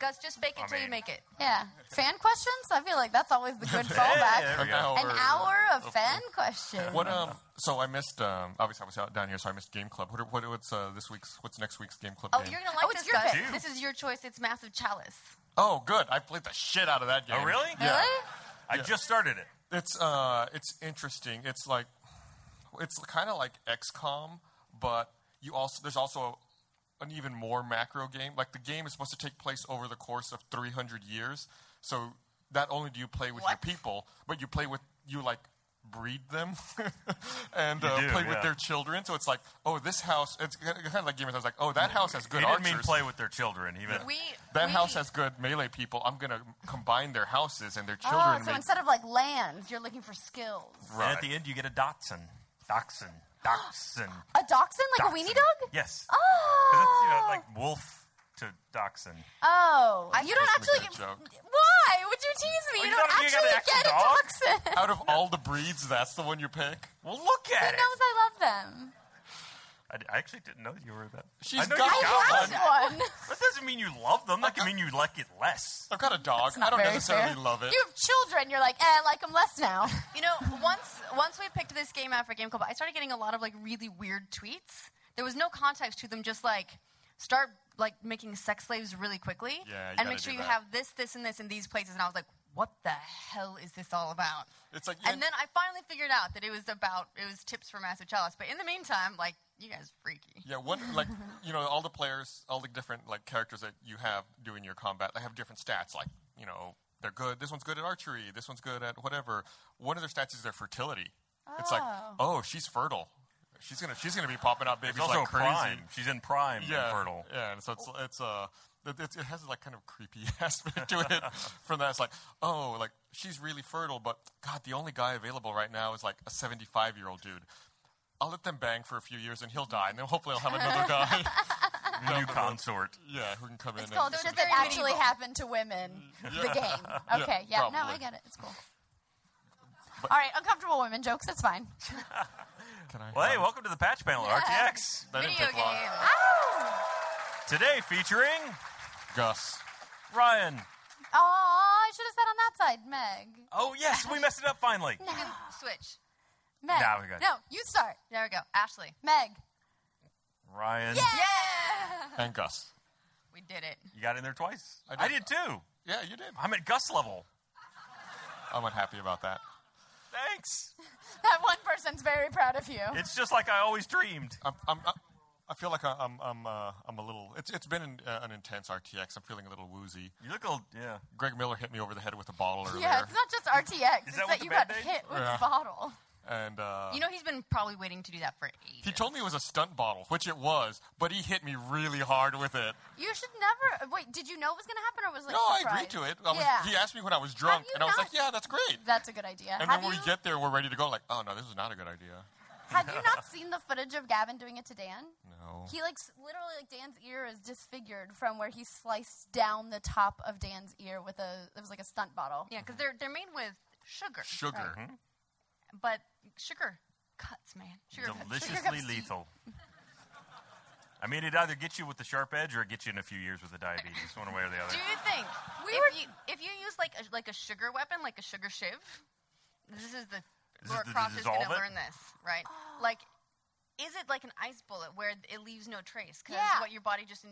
Gus, just bake it I till you mean- make it. Yeah. Fan questions? I feel like that's always the good fallback. there we go. An hour of fan questions. What um? So I missed um. Obviously, I was out down here, so I missed game club. What, are- what what's uh, this week's? What's next week's game club Oh, game? you're gonna like Oh, it's this, your Gus. pick. This is your choice. It's Massive Chalice. oh, good. I played the shit out of that game. Oh, really? Yeah. Really? I just started it. It's uh, it's interesting. It's like, it's kind of like XCOM, but you also there's also an even more macro game. Like the game is supposed to take place over the course of 300 years. So not only do you play with What? your people, but you play with you like breed them and uh, do, play yeah. with their children. So it's like, oh, this house. It's kind of like Game of Thrones. Like, oh, that house has good he didn't archers. mean play with their children, even. We that we- house has good melee people. I'm gonna combine their houses and their children. Oh, and so make- instead of like lands, you're looking for skills. And at the end, you get a dachshund. Dachshund. Dachshund. A dachshund? Like a weenie Dachshund. dog? Yes. 'Cause it's, you know, Oh. like wolf to dachshund. Oh. you don't Just actually make get. that joke. Why would you tease Oh, me? you, you don't got a- you got actually an get actual dog? a dachshund. out of all the breeds, that's the one you pick. Well, look Who at it. knows I love them? I, I actually didn't know you were that. She's I know got you one. I got have one. one. That doesn't mean you love them. That can mean you like it less. I've got a dog. It's I not don't very necessarily fair. love it. You have children. You're like, eh, I like them less now. You know, once once we picked this game out for Game Club, I started getting a lot of like really weird tweets. There was no context to them. Just like start like making sex slaves really quickly, Yeah, you and gotta make sure do you that. have this, this, and this in these places. And I was like, what the hell is this all about? It's like And then I finally figured out that it was about it was tips for Master Chalice. But in the meantime, like you guys freaky. yeah, one like you know all the players, all the different like characters that you have doing your combat, they have different stats. Like you know they're good. This one's good at archery. This one's good at whatever. One of their stats is their fertility. It's like Oh. oh she's fertile. She's gonna she's gonna be popping out babies She's also like crazy. prime. She's in prime Yeah, and fertile. Yeah, and so it's it's uh. It, it, it has like kind of creepy aspect to it. From that, it's like, oh, like she's really fertile, but God, the only guy available right now is like a 75 year old dude. I'll let them bang for a few years, and he'll die, and then hopefully I'll have another guy. New consort. yeah, who can come in. It's called and Shit Very that actually medieval. happened to women. The game. Okay. Yeah. no, probably. I get it. It's cool. All right. Uncomfortable women jokes. It's fine. Can I- Well, hey, welcome to the patch panel, Yeah. RTX. That didn't Video take long. game. Today featuring Gus. Ryan. Oh, I should have said on that side, Meg. Oh, yes, we messed it up finally. You can Ah! switch. Meg. Nah, we're good. No, you start. There we go. Ashley. Meg. Ryan, Yeah. Uh-huh. And Gus. We did it. you got in there twice. I I did, did. too. Yeah, you did. I'm at Gus level. I'm unhappy about that. Thanks. That one person's very proud of you. It's just like I always dreamed. I'm, I'm, I- I feel like I- I'm, I'm, uh, I'm a little. It's, it's been an, uh, an intense RTX. I'm feeling a little woozy. You look old. Yeah. Greg Miller hit me over the head with a bottle earlier, yeah, it's not just RTX. Is that it's that, what the you got Band-Aid? hit with Yeah. a bottle. and uh, You know he's been probably waiting to do that for ages. he told me it was a stunt bottle, which it was, but he hit me really hard with it. You should never. Wait, did you know it was going to happen or was it like No, I surprise? agreed to it. I was, yeah. He asked me when I was drunk, you and I was not- like, "Yeah, that's great." That's a good idea. And have then when you, we get there, we're ready to go. Like, oh no, this is not a good idea. have you not seen the footage of Gavin doing it to Dan? No. He like s- literally like Dan's ear is disfigured from where he sliced down the top of Dan's ear with a it was like a stunt bottle. Yeah, because they're they're made with sugar. Sugar. But sugar cuts, man. Sugar cuts. Sugar Deliciously lethal. I mean, it either gets you with the sharp edge or it gets you in a few years with the diabetes, one way or the other. Do you think We if, were- you, if you use like a, like a sugar weapon, like a sugar shiv, this is the This is Laura to Croft is going to dissolve it? learn this, right? Like, is it like an ice bullet where it leaves no trace? Because Yeah. what your body just in,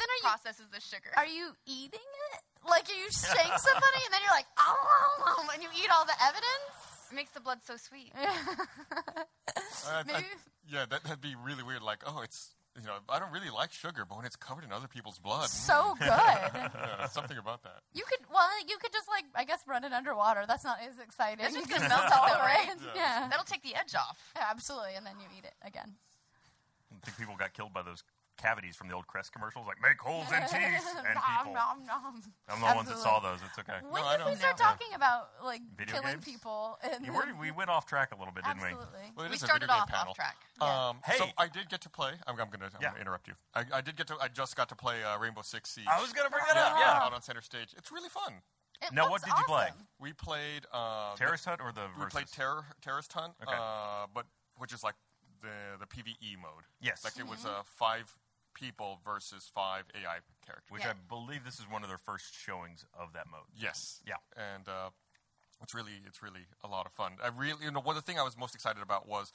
just then are you- processes the sugar. Are you eating it? Like you shake somebody and then you're like, oh, and you eat all the evidence. it makes the blood so sweet. Hmm? I- I- Maybe- yeah, that, that'd be really weird. Like, oh, it's you know, I don't really like sugar, but when it's covered in other people's blood, So good. yeah, something about that. You could well, you could just like I guess run it underwater. That's not as exciting. That's just You can gonna melt it though, right? Yeah. Yeah. That'll take the edge off. Yeah, absolutely. And then you eat it again. I think people got killed by those cavities from the old Crest commercials, like make holes in teeth and people. nom, nom, nom. I'm the ones that saw those. It's okay. When No, I did we don't start know. talking about like Video killing games? people? And You were- we went off track a little bit, didn't absolutely. Well, it We is a started video game off off panel. track. Um, So Hey. I did get to play. I'm, I'm going to Yeah. interrupt you. I, I did get to. I just got to play uh, Rainbow Six Siege. we? I was gonna bring that yeah, up. Yeah. out on center stage. It's really fun. It Now, what looks did you play? awesome. We played uh, the- Terrorist Hut or the We versus? played Terror Terrorist Hunt, Okay. uh, but which is like the the PVE mode. Yes. like it was uh, five people versus five AI characters. which Yeah. I believe this is one of their first showings of that mode. Yes. Yeah. And uh, it's really it's really a lot of fun. I really you know one of the thing I was most excited about was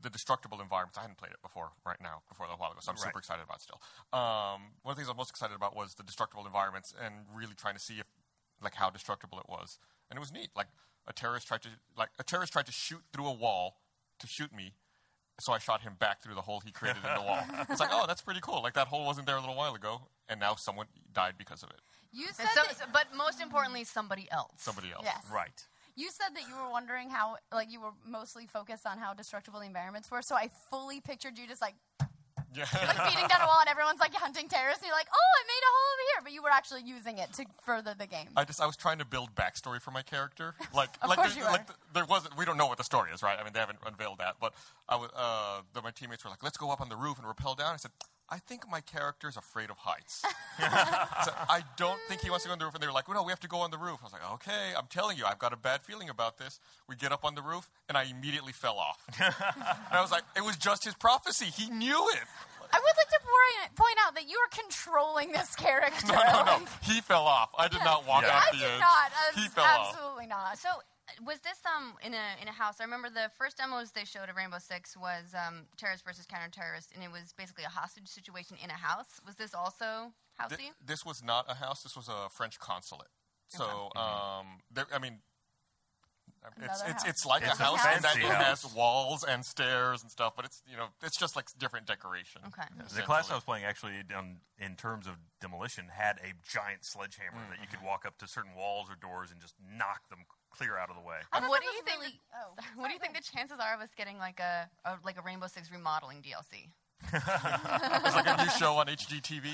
the destructible environments. I hadn't played it before right now before a while ago, so I'm Right. super excited about it still. Um, one of the things I was most excited about was the destructible environments and really trying to see if like how destructible it was. And it was neat. Like a terrorist tried to like a terrorist tried to shoot through a wall to shoot me. So I shot him back through the hole he created in the wall. It's like, oh, that's pretty cool. Like that hole wasn't there a little while ago, and now someone died because of it. You said And so- that, so- but most importantly, somebody else. Somebody else. Yes. Right. you said that you were wondering how, like, you were mostly focused on how destructible the environments were. So I fully pictured you just like Yeah. like beating down a wall and everyone's like hunting terrorists and you're like, oh, I made a hole over here, but you were actually using it to further the game. I just I was trying to build backstory for my character. Like Of like, course there, you like are. th- there wasn't we don't know what the story is, right? I mean they haven't unveiled that, but I was uh the, my teammates were like, "Let's go up on the roof and rappel down." I said, "I think my character's afraid of heights." I said, I don't think he wants to go on the roof and they were like, well, "No, we have to go on the roof." I was like, "Okay, I'm telling you, I've got a bad feeling about this." We get up on the roof and I immediately fell off. and I was like, "It was just his prophecy. He knew it." I would like to point- point out that you are controlling this character. No, no, no. He fell off. I did not walk Yeah. off I the did edge. not. Abs- he fell off. absolutely not. So uh, was this um in a in a house? I remember the first demos they showed of Rainbow Six was um, terrorist versus counterterrorist, and it was basically a hostage situation in a house. Was this also Th- housey? this was not a house. This was a French consulate. So, Mm-hmm. um, there, I mean, it's Another it's, house. it's like It's a a house in that fancy it has house. walls and stairs and stuff, but it's you know it's just like different decoration. Okay. The The class I was playing actually, um, in terms of demolition, had a giant sledgehammer that you Mm-hmm. could walk up to certain walls or doors and just knock them clear out of the way. I And thought what that do you was think? really- the- oh, sorry, what do you think the chances are of us getting like a, a like a Rainbow Six remodeling DLC? It's like a new show on HGTV,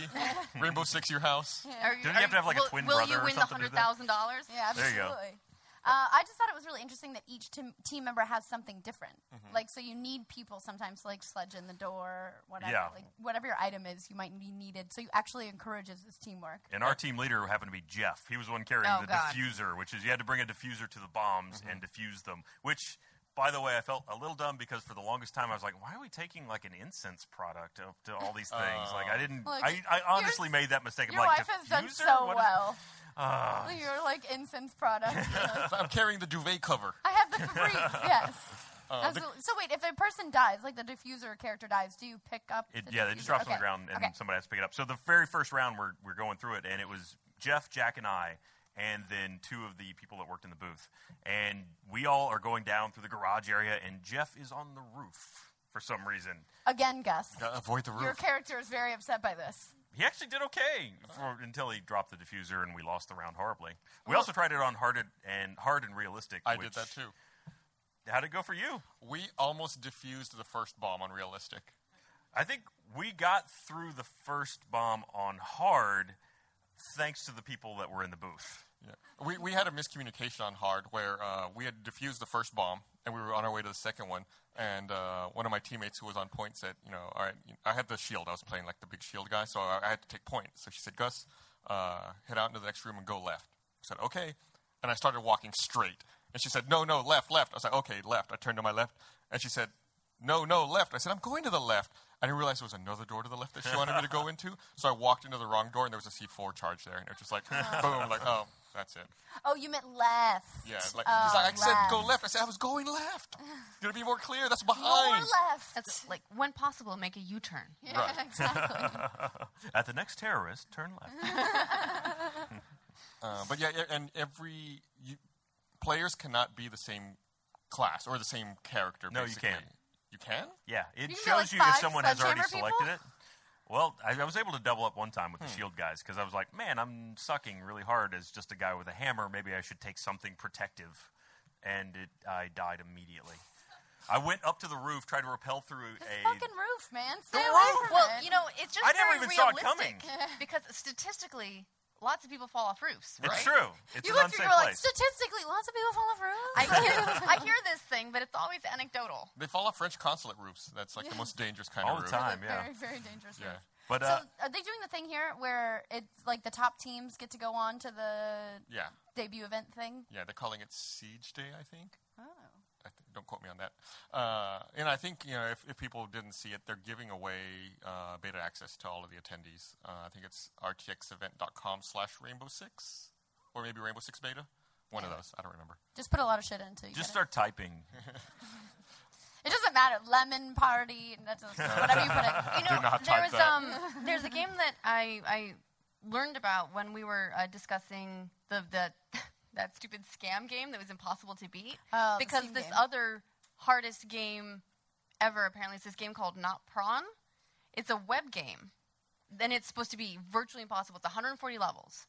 Rainbow Six Your House. Are Don't you have to have, like, a will, twin will brother you or win the something to hundred do that? thousand dollars? Yeah, There absolutely. you go. Uh, I just thought it was really interesting that each team, team member has something different. Mm-hmm. Like, so you need people sometimes to like sledge in the door, whatever. Yeah. Like, whatever your item is, you might be needed. So you actually encourages this teamwork. And our team leader happened to be Jeff. He was the one carrying Oh, the God. diffuser, which is you had to bring a diffuser to the bombs Mm-hmm. and diffuse them. Which, by the way, I felt a little dumb because for the longest time I was like, why are we taking like an incense product up to all these things? like I didn't. Oh. Look, I, I honestly yours- made that mistake. I'm Your like, wife has done "Diffuser? so What is-" Ah. well. You're like incense products. I'm carrying the duvet cover. I have the Febreze, yes. Uh, Absolutely. So wait, if a person dies, like the diffuser character dies, do you pick up? It, the yeah, they just diffuser? drops on Okay. the ground and okay. somebody has to pick it up. So the very first round, we're, we're going through it, and it was Jeff, Jack, and I, and then two of the people that worked in the booth. And we all are going down through the garage area, and Jeff is on the roof for some reason. Again, Gus, Gotta avoid the your roof. character is very upset by this. He actually did okay for, until he dropped the diffuser, and we lost the round horribly. We also tried it on hard and, and hard and realistic. I which- did that too. How'd it go for you? We almost diffused the first bomb on realistic. I think we got through the first bomb on hard, thanks to the people that were in the booth. Yeah. We, we had a miscommunication on hard where uh, we had diffused the first bomb and we were on our way to the second one. And uh, one of my teammates who was on point said, you know, all right, you- I had the shield. I was playing like the big shield guy, so I, I had to take point. So she said, Gus, uh, head out into the next room and go left. I said, okay. And I started walking straight. And she said, no, no, left, left. I was like, okay, left. I turned to my left. And she said, no, no, left. I said, I'm going to the left. I didn't realize there was another door to the left that she wanted me to go into. So I walked into the wrong door, and there was a C4 charge there. And it was just like, boom, like, oh, that's it. Oh, you meant left. Yeah, like, Oh, he's like, I said left. go left. I said, I was going left. Gonna be more clear. That's More behind. left. That's like when possible, make a U-turn. yeah, Right. exactly. At the next terrorist, turn left. Uh, but yeah, yeah, and every you, players cannot be the same class or the same character. No, you basically. can't. You can. Yeah, it You can get, shows like, you if five someone has already sledgehammer people? Hmm. selected it. Well, I, I was able to double up one time with the shield guys because I was like, man, I'm sucking really hard as just a guy with a hammer. Maybe I should take something protective, and it, I died immediately. I went up to the roof, tried to rappel through a. Fucking roof, man. Stay The away roof. from Well, it. you know, it's just I never very even saw it realistic because statistically, lots of people fall off roofs. It's right? true. It's you an look unsafe through, you're like, place. statistically, lots of people fall off roofs. I hear, I hear this thing, but it's always anecdotal. They fall off French consulate roofs. That's like the most dangerous kind of All the roof. time, yeah. Very, very dangerous. Yeah. roof. But, so, uh, are they doing the thing here where it's like the top teams get to go on to the Yeah, debut event thing? yeah. They're calling it Siege Day, I think. Oh. I think, don't quote me on that. Uh, and I think you know if, if people didn't see it, they're giving away uh, beta access to all of the attendees. Uh, I think it's rtxevent.com/rainbow six, or maybe Rainbow Six Beta. One of those. I don't remember. Just put a lot of shit into it. Just start typing. It doesn't matter. Lemon party, that doesn't- whatever you put it. You know, not there type was that. um, there's a game that I I learned about when we were uh, discussing the the that stupid scam game that was impossible to beat Oh, the because Steam this game. other hardest game ever apparently is this game called Not Prawn. It's a web game, and it's supposed to be virtually impossible. It's 140 levels,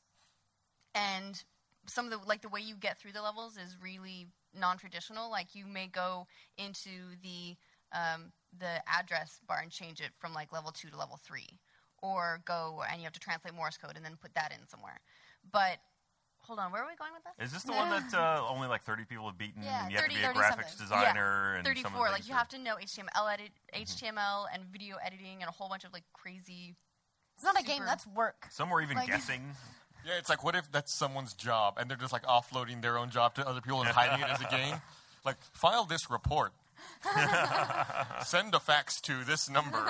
and some of the like the way you get through the levels is really non-traditional. Like you may go into the um, the address bar and change it from like level two to level three, or go and you have to translate Morse code and then put that in somewhere. But hold on, where are we going with this? Is this the one that uh, only like 30 people have beaten? Yeah, and you have 30, to be a 30 graphics something. designer and some of the 34. Like things you that- Mm-hmm. have to know HTML edit, HTML and video editing and a whole bunch of like crazy. It's not a game. Super. That's work. Some were even like- guessing. Yeah, it's like what if that's someone's job and they're just like offloading their own job to other people and hiding it as a game? Like, file this report. Send a fax to this number.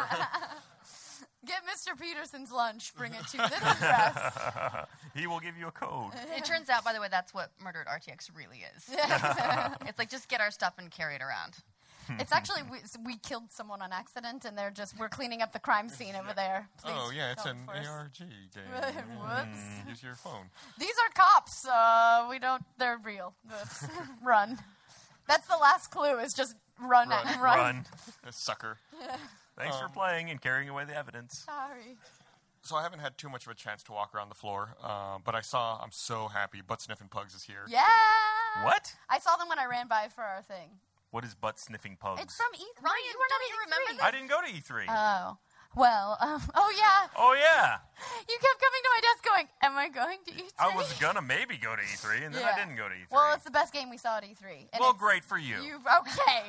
Get Mr. Peterson's lunch. Bring it to this address. He will give you a code. It turns out, by the way, that's what murdered RTX really is. it's like just get our stuff and carry it around. Mm-hmm. it's actually we, s- we killed someone on accident, and they're just we're cleaning up the crime scene over there. Please oh, yeah, it's come an for us. ARG game. Mm. Whoops. Use your phone. These are cops. Uh, we don't. They're real. Whoops. run. That's the last clue. Is just run, Run. and run. Run. This sucker. Thanks for playing and carrying away the evidence. Sorry. So I haven't had too much of a chance to walk around the floor, uh, but I saw, I'm so happy, Butt Sniffin' Pugs is here. Yeah. What? I saw them when I ran by for our thing. What is butt sniffing pugs? It's from E- E3. Ryan, you were not don't at you E3. remember this? I didn't go to E3. Oh. Well, um, oh yeah, oh yeah, you kept coming to my desk going, Am I going to E3? I was gonna maybe go to E3, and then I Yeah. didn't go to E3. Well, it's the best game we saw at E3. And Well, it's- great for you. You okay?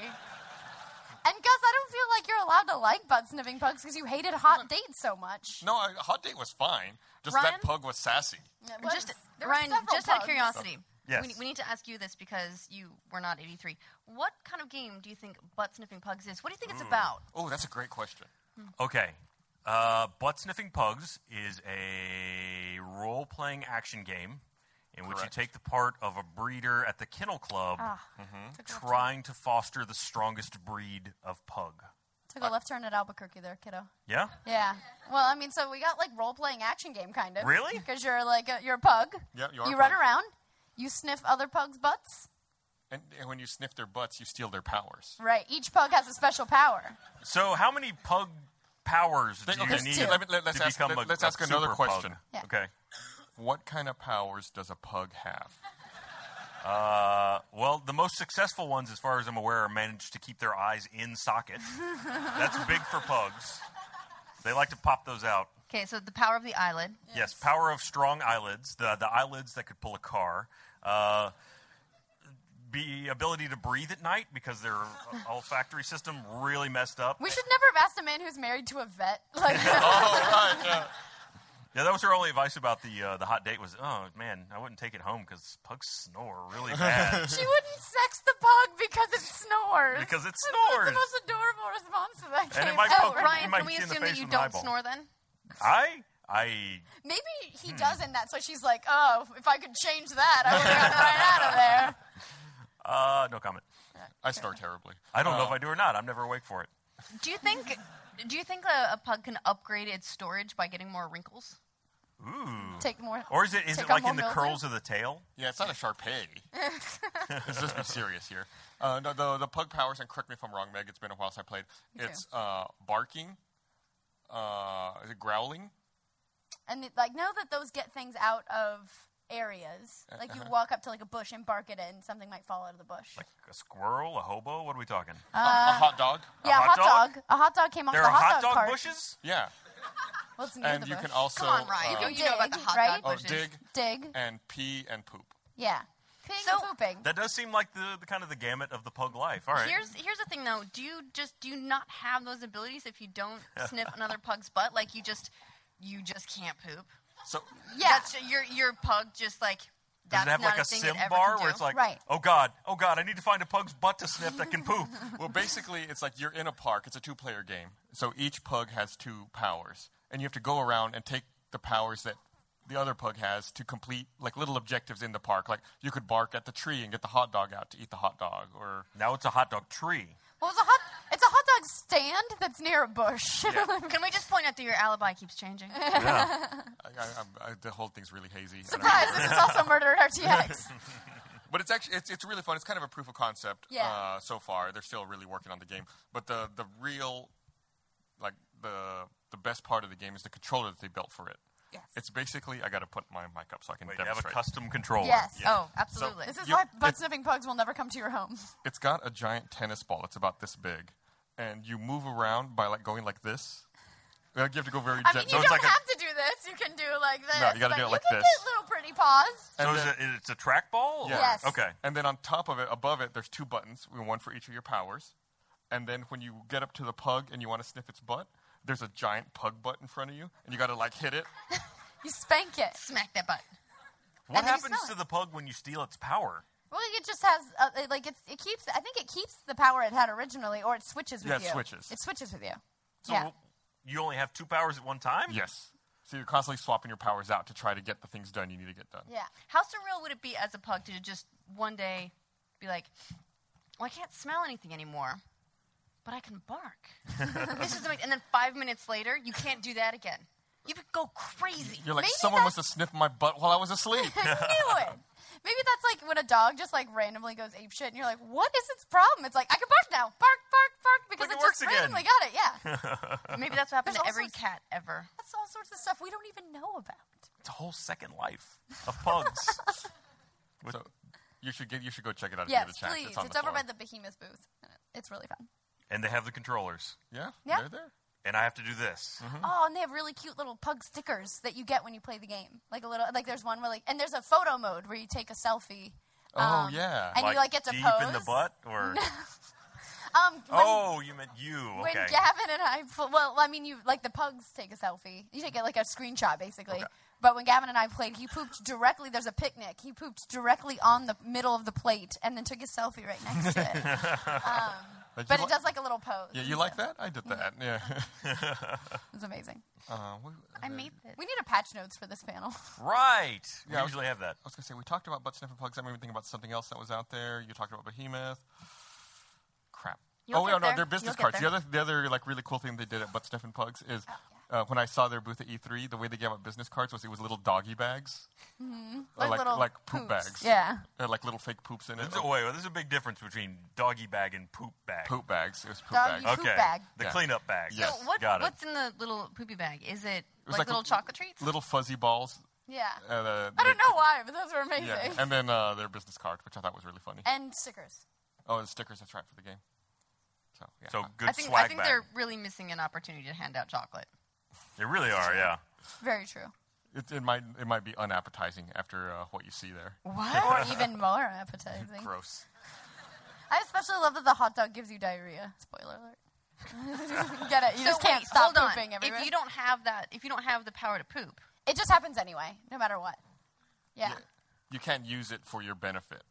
and Gus, I don't feel like you're allowed to like butt sniffing pugs because you hated hot dates so much. No, I, Hot Date was fine. Just Ryan? that pug was sassy. It was- just there were Ryan, several just out of pugs. curiosity, Yes. we, we need to ask you this because you were not 83. What kind of game do you think butt sniffing pugs is? What do you Hmm. think it's about? Oh, that's a great question. Okay. Uh, Butt Sniffing Pugs is a role playing action game in which Correct. you take the part of a breeder at the kennel club Ah, Took a left- trying to foster the strongest breed of pug. Took a left turn at Albuquerque there, kiddo. Yeah? Yeah. Well, I mean, so we got like role playing action game kind of. Really? Because you're like a, you're a pug. Yeah, you are You a run pug. around. You sniff other pugs' butts. And, and when you sniff their butts, you steal their powers. Right. Each pug has a special power. So, how many pug powers do Th- you okay, need so let me- let- let's to ask- become let- a, let's a ask another super question. Pug? Yeah. Okay. What kind of powers does a pug have? Uh, well, the most successful ones, as far as I'm aware, are managed to keep their eyes in socket. That's big for pugs. They like to pop those out. Okay, so the power of the eyelid. Yes, power of strong eyelids, the, the eyelids that could pull a car. Uh, be ability to breathe at night because their olfactory system really messed up. We should never have asked a man who's married to a vet. Like, Yeah, that was her only advice about the uh, the hot date was, oh man, I wouldn't take it home because pugs snore really bad she wouldn't sex the pug because it snores. because it That's snores. the most adorable response to that And it came might ever. Oh, poke you. Ryan, might can we see in the assume face that you with an don't eyeball. snore then? I I Maybe he Hmm. does in that, so she's like, oh, if I could change that, I would have gotten right out of there. uh, no comment. I snore terribly. I don't know Uh, if I do or not. I'm never awake for it. Do you think do you think a, a pug can upgrade its storage by getting more wrinkles? Ooh. Take more. Or is it is take it on like more in the mildew? curls of the tail? Yeah, it's not a Sharpay. Let's just be serious here. Uh, no, the, the pug powers, and correct me if I'm wrong, Meg, it's been a while since I played. too. It's uh, barking, uh, is it growling? And it, like, know that those get things out of areas. Uh, Like, you walk up to like a bush and bark at it, and something might fall out of the bush. uh-huh. Like a squirrel, a hobo? What are we talking? A- Uh, a hot dog? Uh, yeah, hot dog? A hot dog came off there the are hot, hot dog cart. bushes? Yeah. Well, it's near And the you bush. can also Come on, Ryan. uh, you, you know about the dig, hot right? dog oh, bushes. dig dig. and pee and poop. Yeah. Peeing So- and pooping. That does seem like the, the kind of the gamut of the pug life. All right. Here's here's the thing though. Do you just do you not have those abilities if you don't sniff another pug's butt? Like you just you just can't poop. So yeah. That's your your pug just like Does That's it have not like a a, thing sim it ever bar can where do. it's like, Right. oh god, oh god, I need to find a pug's butt to sniff that can poop. Well, basically, it's like you're in a park. It's a two-player game. So each pug has two powers, and you have to go around and take the powers that the other pug has to complete like little objectives in the park. Like you could bark at the tree and get the hot dog out to eat the hot dog, or now it's a hot dog tree. Well, it's a hot. It's a hot dog stand that's near a bush. Can we just point out that your alibi keeps changing? Yeah. I, I, I, the whole thing's really hazy. I don't know. Surprise! this is also murder at RTX. But it's actually it's, it's really fun. It's kind of a proof of concept Yeah. uh, so far. They're still really working on the game. But the the real like the the best part of the game is the controller that they built for it. Yes. It's basically I got to put my mic up so I can Wait, you have a demonstrate. custom controller. Yes. Yeah. Oh, absolutely. This is You- why butt it's- sniffing pugs will never come to your home. it's got a giant tennis ball. It's about this big, and you move around by like going like this. Like, you have to go very I mean, gently. you so don't it's like a- have to do this. You can do like this. No, you gotta but do it like can this. get little pretty paws. So and is then- it, it's a trackball? or- Yeah. Yes. Okay. And then on top of it, above it, there's two buttons, one for each of your powers. And then when you get up to the pug and you want to sniff its butt, there's a giant pug butt in front of you, and you got to like hit it. You spank it. Smack that butt. And What then you happens smell to it. the pug when you steal its power? Well, it just has uh, it- like it's, it keeps. I think it keeps the power it had originally, or it switches with Yeah, it you. switches. It switches with you. So yeah. you only have two powers at one time? Yes. So you're constantly swapping your powers out to try to get the things done you need to get done. Yeah. How surreal would it be as a pug to just one day be like, well, I can't smell anything anymore, but I can bark. this is amazing. And then five minutes later, you can't do that again. You would go crazy. You're like, Maybe someone must that's- have sniffed my butt while I was asleep. I knew it. Maybe that's like when a dog just like randomly goes ape shit, and you're like, "What is its problem?" It's like I can bark now, bark, bark, bark, because Like, it, it works just randomly again. got it. Yeah, Maybe that's what happened There's to also every s- cat ever. that's all sorts of stuff we don't even know about. It's a whole second life of pugs. With- so you should get you should go check it out if Yes, you get a chance. please. It's It's, on the over floor. by the Behemoth booth. It's really fun. and they have the controllers. Yeah, Yeah. they're there. And I have to do this. Oh, and they have really cute little pug stickers that you get when you play the game. Like a little, like there's one where like, and there's a photo mode where you take a selfie. Oh, yeah. Um, and you like get to deep pose. in the butt, or Um, when, oh, you meant you? when Okay. Gavin and I, pl- well, I mean, you like the pugs take a selfie. You take it like a screenshot basically. But when Gavin and I played, he pooped directly. There's a picnic. He pooped directly on the middle of the plate, and then took his selfie right next to it. um, Like, but you li- it does like a little pose. Yeah, and you so like that? I did that. Yeah. It's amazing. uh, we, I made this. We need a patch notes for this panel. Right. Yeah, we I was- usually have that. I was gonna say we talked about butt sniffing pugs. I'm even thinking about something else that was out there. You talked about Behemoth. Crap. You'll oh get no, no, there. they're business You'll cards. get The there. other, the other like really cool thing they did at butt sniffing pugs is Oh, uh, when I saw their booth at E3, the way they gave out business cards was it was little doggy bags, Or Mm-hmm. Like like little like poop poops. bags. Yeah. They had, like little fake poops in it. There's a, wait, well, there's a big difference between doggy bag and poop bag. Poop bags. It was poop bags. Doggy poop. Okay. bag. The Yeah. cleanup bag. Yes. So what, Got it. what's in the little poopy bag? Is it, was like, like little a- chocolate treats? Little fuzzy balls. Yeah. Uh, uh, I don't they- know why, but those were amazing. Yeah. and, And then uh, their business card, which I thought was really funny. stickers. Oh, and stickers. That's right for the game. So yeah. So good I think, swag I think bag. they're really missing an opportunity to hand out chocolate. They really are. Yeah. Very true. It, it might it might be unappetizing after uh, what you see there. What? Or even more appetizing. Gross. I especially love that the hot dog gives you diarrhea. Spoiler alert. Get it? You just can't wait, hold stop on. pooping everywhere. If you don't have that, if you don't have the power to poop, it just happens anyway, no matter what. Yeah. You can't use it for your benefit.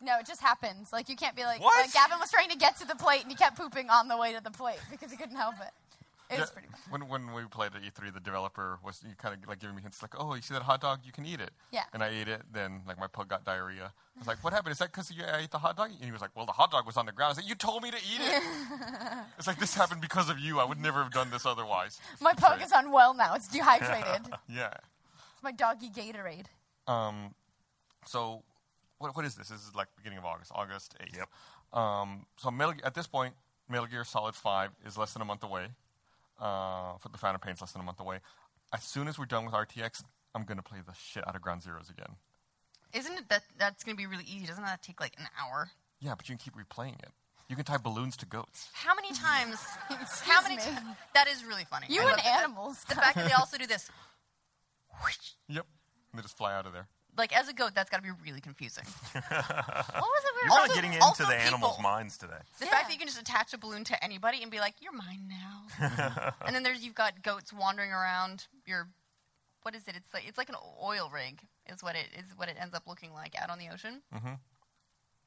No, it just happens. Like you can't be like, What? like Gavin was trying to get to the plate and he kept pooping on the way to the plate because he couldn't help it. It was Yeah, pretty much. When when we played at E3, the developer was you kind of like giving me hints like, oh, you see that hot dog? You can eat it. Yeah. And I ate it. Then like my pug got diarrhea. I was like, what happened? Is that because I ate the hot dog? And he was like, well, the hot dog was on the ground. I was like, you told me to eat it. it's like this happened because of you. I would never have done this otherwise. My pug Sorry. is unwell now. It's dehydrated. Yeah. It's my doggy Gatorade. Um. So what what is this? This is like beginning of August, August eighth. Yep. Um, so Metal, at this point, Metal Gear Solid Five is less than a month away. Uh, for the Phantom Pain's less than a month away. As soon as we're done with RTX, I'm gonna play the shit out of Ground Zeroes again. isn't it that that's going to be really easy? Doesn't that take like an hour? Yeah, but you can keep replaying it. You can tie balloons to goats. How many times? how many? me. ti- that is really funny. You I love and that. animals. The fact that they also do this, whoosh, Yep. And they just fly out of there. like as a goat, that's got to be really confusing. What was it? we You're were really also- getting also into the animals' people. minds today. The Yeah. fact that you can just attach a balloon to anybody and be like, "You're mine now," and then there's you've got goats wandering around your, what is it? It's like it's like an oil rig. is what it is what it ends up looking like out on the ocean. Mm-hmm.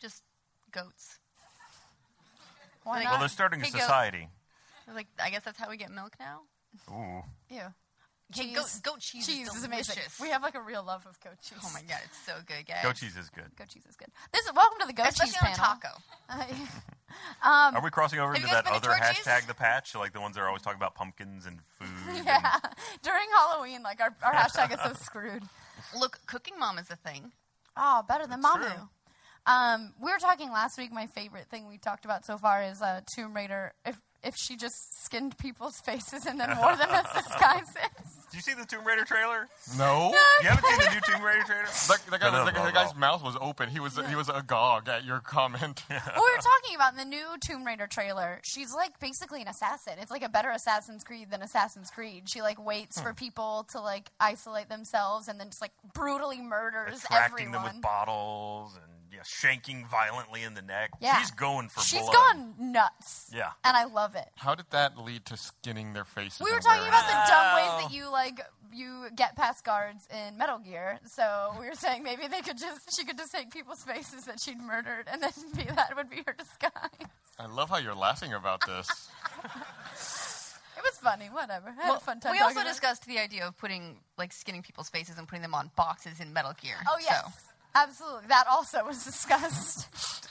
Just goats. Why Like- not? Well, they're starting a Uh, Hey, goat. society. I was like, I guess that's how we get milk now. Ooh. Ew. Hey, goat, goat cheese, cheese is, is amazing. delicious. We have like a real love of goat cheese. oh my god, it's so good, guys. Goat cheese is good. Goat cheese is good. This is welcome to the goat Especially cheese on a panel. taco. Are we crossing over Um, have into you guys that been to other Torchy's? hashtag, the patch, like the ones that are always talking about pumpkins and food? yeah. During Halloween, like our, our hashtag is so screwed. Look, cooking mom is a thing. Oh, better than That's Mamu. true. Um, we were talking last week. My favorite thing we talked about so far is uh, Tomb Raider. If if she just skinned people's faces and then wore them as disguises. Did you see the Tomb Raider trailer? No. You haven't seen the new Tomb Raider trailer? That, that guy, No, no, that no, guy's no. mouth was open. He was he was agog at your comment. well, we were talking about in the new Tomb Raider trailer. She's like basically an assassin. It's like a better Assassin's Creed than Assassin's Creed. She like waits Hmm. for people to like isolate themselves and then just like brutally murders Attracting everyone. them with bottles and yeah, shanking violently in the neck. Yeah. She's going for She's blood. gone nuts. Yeah. and I love it. How did that lead to skinning their faces? We were and talking wearing about them? the dumb ways that you like you get past guards in Metal Gear. So we were saying maybe they could just she could just take people's faces that she'd murdered and then be that would be her disguise. I love how you're laughing about this. It was funny, whatever. I had a fun time. we talking also about it. discussed the idea of putting like skinning people's faces and putting them on boxes in Metal Gear. Oh yes. So- Absolutely. That also was discussed.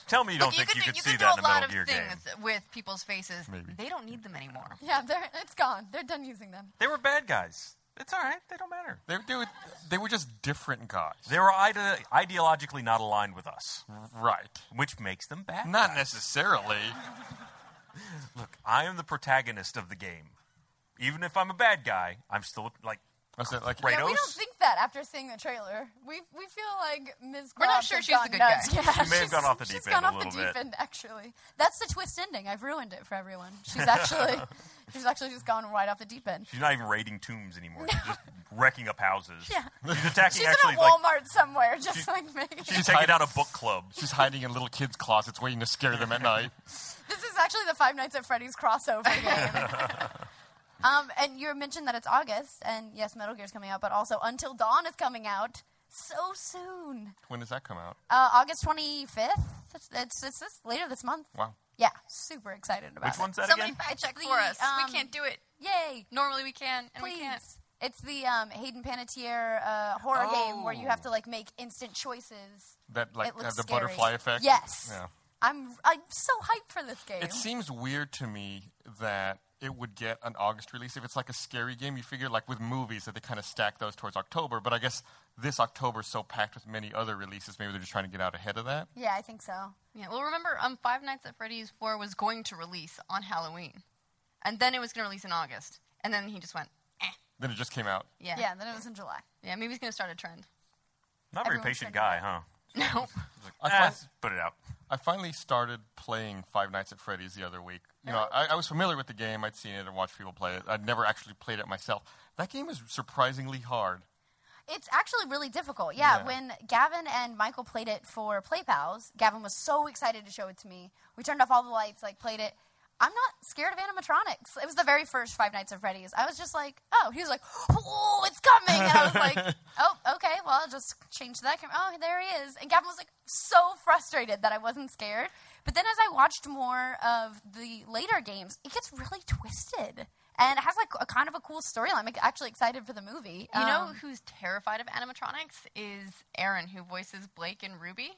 Tell me you don't Look, think you do- could see that in a lot Metal of Gear game. things with people's faces. Maybe. They don't need them anymore. Yeah, they're, it's gone. They're done using them. They were bad guys. It's all right. They don't matter. They, they, were, they were just different guys. They were ide- ideologically not aligned with us, right. which makes them bad. Not guys. necessarily. Look, I am the protagonist of the game. Even if I'm a bad guy, I'm still like I said, like, Right. Yeah, we Kratos? don't think that after seeing the trailer. We we feel like Ms. We're not Grop sure has she's the gone good nuts. guy. Yeah, She may have she's- gone off the deep she's end gone a off little the deep bit. end, actually. That's the twist ending. I've ruined it for everyone. She's actually she's actually just gone right off the deep end. she's not even raiding tombs anymore. She's just wrecking up houses. Yeah. She's attacking She's actually in a like Walmart somewhere, just like me. she's hiding- taking down a book club. she's hiding in little kids' closets waiting to scare them at night. This is actually the Five Nights at Freddy's crossover game. um, and you mentioned that it's August, and yes, Metal Gear's coming out, but also Until Dawn is coming out so soon. When does that come out? Uh, August 25th. It's, it's, it's this, later this month. Wow. Yeah, super excited about Which it. one's that Somebody again? fact check It's for the, us. um, we can't do it. Yay! Normally we can, and we can't. Please. It's the um, Hayden Panettiere uh, horror game where you have to like make instant choices. That like it looks uh, the scary. butterfly effect. Yes. Yeah. I'm I'm so hyped for this game. It seems weird to me that it would get an August release if it's like a scary game. You figure like with movies that they kind of stack those towards October, but I guess this October is so packed with many other releases. Maybe they're just trying to get out ahead of that. yeah, I think so. Yeah. Well, remember, um, Five Nights at Freddy's 4 was going to release on Halloween, and then it was going to release in August, and then he just went, eh. Then it just came out. Yeah. Yeah, then it was in July. Yeah, Maybe he's going to start a trend. Not a very Everyone's patient guy, trying to- huh? No. I, Ah, fin- put it out. I finally started playing Five Nights at Freddy's the other week. You know, I, I was familiar with the game. I'd seen it and watched people play it. I'd never actually played it myself. That game is surprisingly hard. It's actually really difficult. Yeah, Yeah. when Gavin and Michael played it for PlayPals, Gavin was so excited to show it to me. We turned off all the lights, like played it. I'm not scared of animatronics. It was the very first Five Nights at Freddy's. I was just like, oh, he was like, oh, it's coming, and I was like, oh, okay, well, I'll just change to that camera. Oh, there he is. And Gavin was like so frustrated that I wasn't scared. But then as I watched more of the later games, it gets really twisted. And it has like a kind of a cool storyline. I'm actually excited for the movie. You know Um, who's terrified of animatronics is Aaron, who voices Blake and Ruby.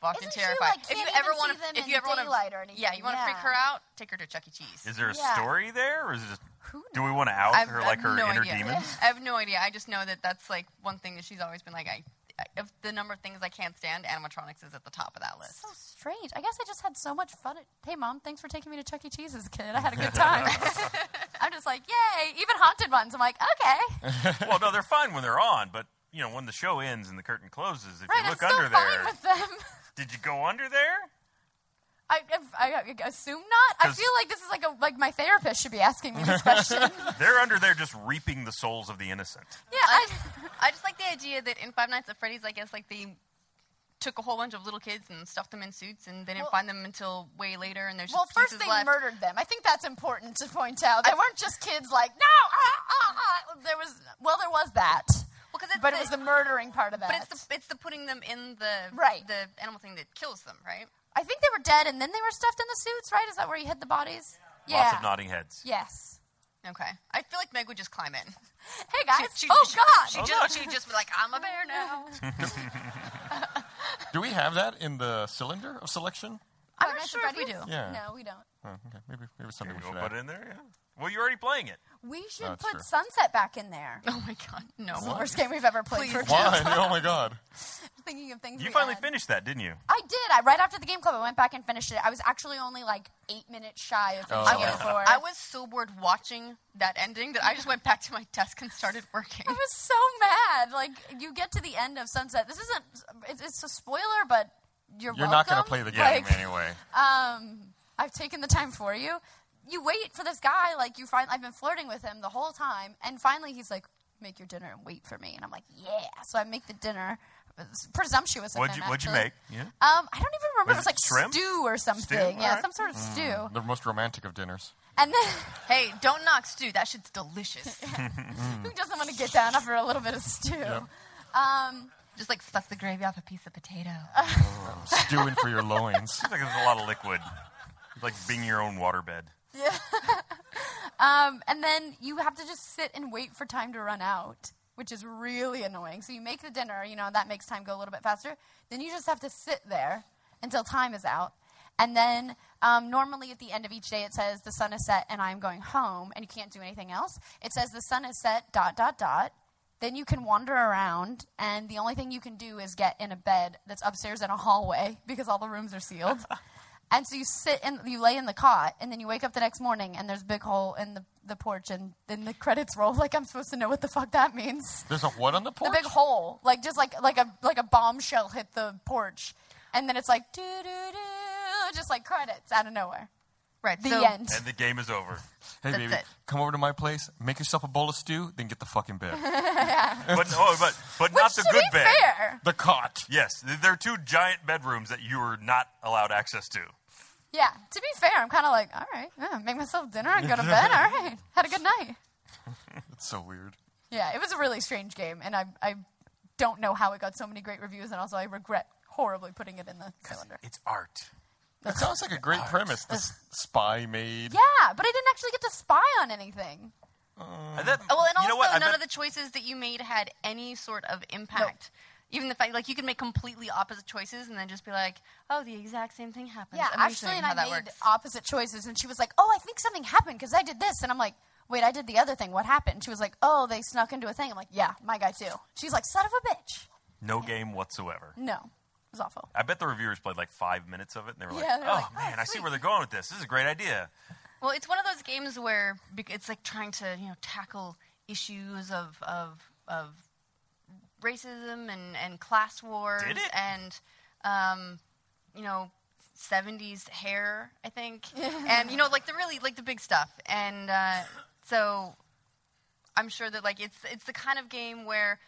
Fucking Isn't she, terrified. like, if you can't ever even want see them to, if in you ever want daylight to, or yeah, anything, you want to freak yeah. her out, take her to Chuck E. Cheese. Is there a Yeah. story there, or is it just? Who Do we want to out her like her inner idea. demons? I have no idea. I just know that that's like one thing that she's always been like. I, I of the number of things I can't stand, animatronics is at the top of that list. So strange. I guess I just had so much fun. At, hey, mom, thanks for taking me to Chuck E. Cheese as a kid. I had a good time. I'm just like, yay! Even haunted ones. I'm like, okay, well, no, they're fine when they're on, but you know when the show ends and the curtain closes, if right. you I'm look still under fine there, with them. did you go under there? I, I, I assume not. I 'Cause- feel like this is like a like my therapist should be asking me this question. yeah, They're under there just reaping the souls of the innocent. I, I just like the idea that in Five Nights at Freddy's, I guess like they took a whole bunch of little kids and stuffed them in suits, and they didn't Well- find them until way later. And there's well, just first pieces they E. left. murdered them. I think that's important uh, to point out. They weren't just kids. Like, no, ah, ah, ah. there was well, there was that. Well, because it's but the, it was the murdering part of that. but it's the it's the putting them in the Right. the animal thing that kills them, right? I think they were dead and then they were stuffed in the suits, right? Is that where you hid the bodies? Yeah. Lots of nodding heads. Yes. Okay. I feel like Meg would just climb in. Hey guys! She- she- oh she- God! She just she just be like, I'm a bear now. Do we have that in the cylinder of selection? I'm not sure if we do. Yeah. No, we don't. Oh, okay, maybe maybe There something you we go. should Put it add. in there. Yeah. Well, you're already playing it. We should That's put true. sunset back in there. Oh my god, no. It's the worst game we've ever played. Please for don't. Why? oh my God! thinking of things. You we finally add. finished that, didn't you? I did. I right after the game club, I went back and finished it. I was actually only like eight minutes shy of Oh. I finishing it was- before. I was so bored watching that ending that I just went back to my desk and started working. I was so mad. Like you get to the end of sunset. This isn't. It's, it's a spoiler, but you're You're not going to welcome. play the game Like, anyway. um, I've taken the time for you. You wait for this guy, like you find I've been flirting with him the whole time, and finally he's like, "Make your dinner and wait for me," and I'm like, "Yeah." So I make the dinner. It's presumptuous. of What'd him, you What'd you actually. make? Yeah. Um, I don't even remember. Was it was like it shrimp? stew or something. yeah, Alright. some sort of stew. The most romantic of dinners. And then hey, don't knock stew. That shit's delicious. who doesn't want to get down after a little bit of stew? Um, just like suck the gravy off a piece of potato. Uh, Stewing for your loins. Seems like there's a lot of liquid. It's like being your own waterbed. um, and then you have to just sit and wait for time to run out, which is really annoying. So you make the dinner, you know, that makes time go a little bit faster. Then you just have to sit there until time is out. And then um, normally at the end of each day, it says the sun is set and I'm going home, and you can't do anything else. It says the sun is set, dot, dot, dot. Then you can wander around, and the only thing you can do is get in a bed that's upstairs in a hallway because all the rooms are sealed. and so you sit and you lay in the cot, and then you wake up the next morning, and there's a big hole in the, the porch, and then the credits roll. Like I'm supposed to know what the fuck that means. There's a what on the The porch? big hole, like just like like a like a bombshell hit the porch, and then it's like doo doo doo, just like credits out of nowhere. Right. The so, end. And the game is over. hey, That's baby, it. come over to my place, make yourself a bowl of stew, then get the fuck in bed. But oh, but but Which, not the to good be bed. fair, the cot. Yes, th- there are two giant bedrooms that you were not allowed access to. yeah. To be fair, I'm kind of like, all right, yeah, make myself dinner and go to bed. All right, had a good night. It's so weird. Yeah, it was a really strange game, and I, I don't know how it got so many great reviews, and also I regret horribly putting it in the cylinder. It's art. That sounds like a great premise. This spy maid. Yeah, but I didn't actually get to spy on anything. And that- Oh, well, and you also know what? I none bet- of the choices that you made had any sort of impact. Even the fact, like, you can make completely opposite choices and then just be like, "Oh, the exact same thing happens." Yeah, Amazing Ashley and how I that made works. opposite choices, and she was like, "Oh, I think something happened because I did this," and I'm like, "Wait, I did the other thing. What happened?" She was like, "Oh, they snuck into a thing." I'm like, "Yeah, my guy too." She's like, "Son of a bitch." no game whatsoever. No, it was awful. I bet the reviewers played like five minutes of it, and they were like, Yeah, they're "Oh like, oh, man, I see sweet." where they're going with this. This is a great idea." Well, it's one of those games where bec- it's like trying to you know tackle issues of of of racism and and class wars Did it? and um, you know. 70s hair, I think, and you know, like the really like the big stuff, and uh, so I'm sure that like it's it's the kind of game where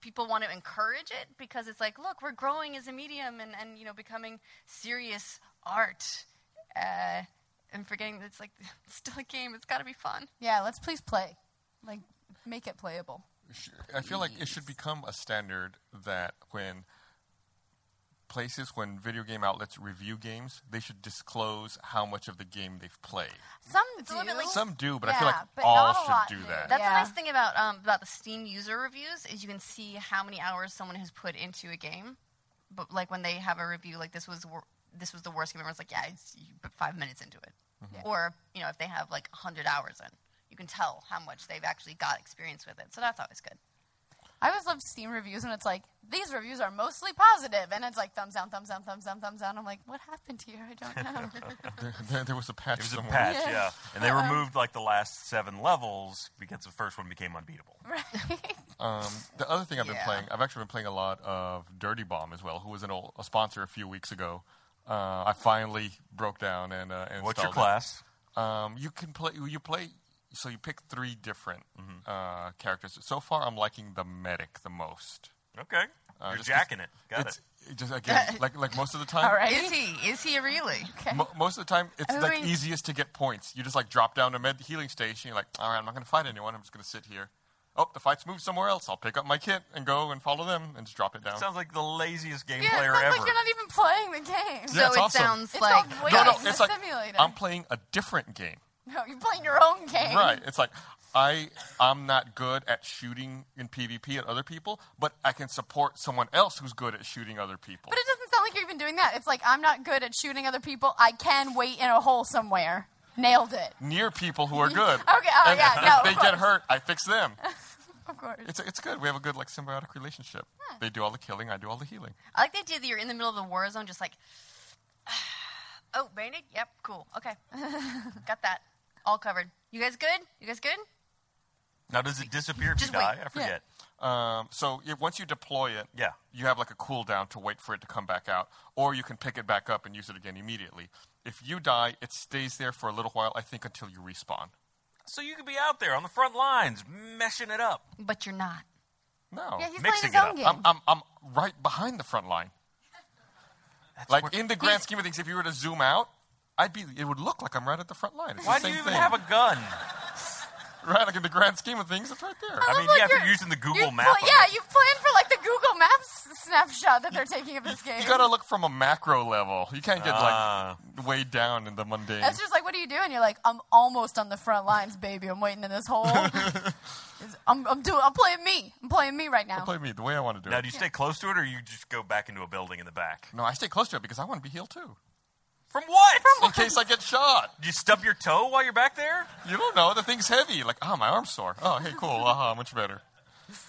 people want to encourage it because it's like, look, we're growing as a medium and, and you know becoming serious art. Uh, and forgetting that it's like it's still a game. It's got to be fun. Yeah, let's please play, like, make it playable. Sh- I feel like it should become a standard that when places, when video game outlets review games, they should disclose how much of the game they've played. Some a little do. bit like- Some do, but I Yeah, feel like but all not a lot should do do. that. That's Yeah. the nice thing about um, about the Steam user reviews is you can see how many hours someone has put into a game. But like when they have a review, like this was wor- this was the worst game. Everyone's like, yeah, it's, you put five minutes into it, or you know if they have like hundred hours in, you can tell how much they've actually got experience with it. So that's always good. I always love Steam reviews when it's like these reviews are mostly positive, and it's like thumbs down, thumbs down, thumbs down, thumbs down. I'm like, what happened here? I don't know. There, there- there was a patch It was a somewhere. patch, Yeah. Mm-hmm. yeah. And they removed like the last seven levels because the first one became unbeatable. Um, the other thing I've been Yeah. playing, I've actually been playing a lot of Dirty Bomb as well, who was an old, a sponsor a few weeks ago. Uh, I finally broke down and, uh, and What's your installed it. class? Um, you can play. You play. So you pick three different Mm-hmm. uh, characters. So far, I'm liking the medic the most. Okay, Uh, you're just 'cause jacking it. Got it's, it. it Just again, like like most of the time. All right. Is he? Is he really? Okay. mo- most of the time, it's I like mean- easiest to get points. You just like drop down to med healing station. You're like, all right, I'm not going to fight anyone. I'm just going to sit here. oh, the fight's moved somewhere else. I'll pick up my kit and go and follow them and just drop it down. Sounds like the laziest game Yeah, player it sounds ever. like you're not even playing the game. Yeah, so it's it awesome. sounds It's like called no, no, waiting. it's It's like simulator. I'm playing a different game. No, you're playing your own game. Right. It's like I I'm not good at shooting in PvP at other people, but I can support someone else who's good at shooting other people. But it doesn't sound like you're even doing that. It's like I'm not good at shooting other people. I can wait in a hole somewhere. Nailed it. Near people who are good. Okay, oh, and yeah, if no, of they get course. hurt, I fix them. Of course. It's it's good. We have a good like symbiotic relationship. They do all the killing, I do all the healing. I like the idea that you're in the middle of the war zone, just like, oh, bandit. Yep, cool. Okay, got that all covered. You guys good? You guys good? now, does it disappear if you Just wait. die? I Yeah. forget. Um, so it, once you deploy it, Yeah. you have like a cooldown to wait for it to come back out, or you can pick it back up and use it again immediately. If you die, it stays there for a little while. I think until you respawn. So you could be out there on the front lines, meshing it up. But you're not. No, yeah, he's mixing playing his it own up. game. I'm, I'm, I'm right behind the front line. That's Like where- in the grand scheme of things, if you were to zoom out, I'd be. It would look like I'm right at the front line. It's why the do same you even thing. have a gun? right? Like in the grand scheme of things, it's right there. I Sounds mean, like yeah, if Oh, you're you're- using the Google you map. pl- of yeah, it. you plan for like the Google Maps snapshot that they're taking of this game. you gotta look from a macro level. You can't get Ah. like way down in the mundane. It's just like, what are you doing? You're like, I'm almost on the front lines, baby. I'm waiting in this hole. It's- I'm, I'm doing. I'm playing me. I'm playing me right now. Play me the way I want to do now, it. do you stay close to it, or you just go back into a building in the back? no, I stay close to it because I want to be healed too. From what? In case I get shot. Did you stub your toe while you're back there? You don't know. The thing's heavy. Like, ah, my arm's sore. Oh, hey, cool. Aha, much better.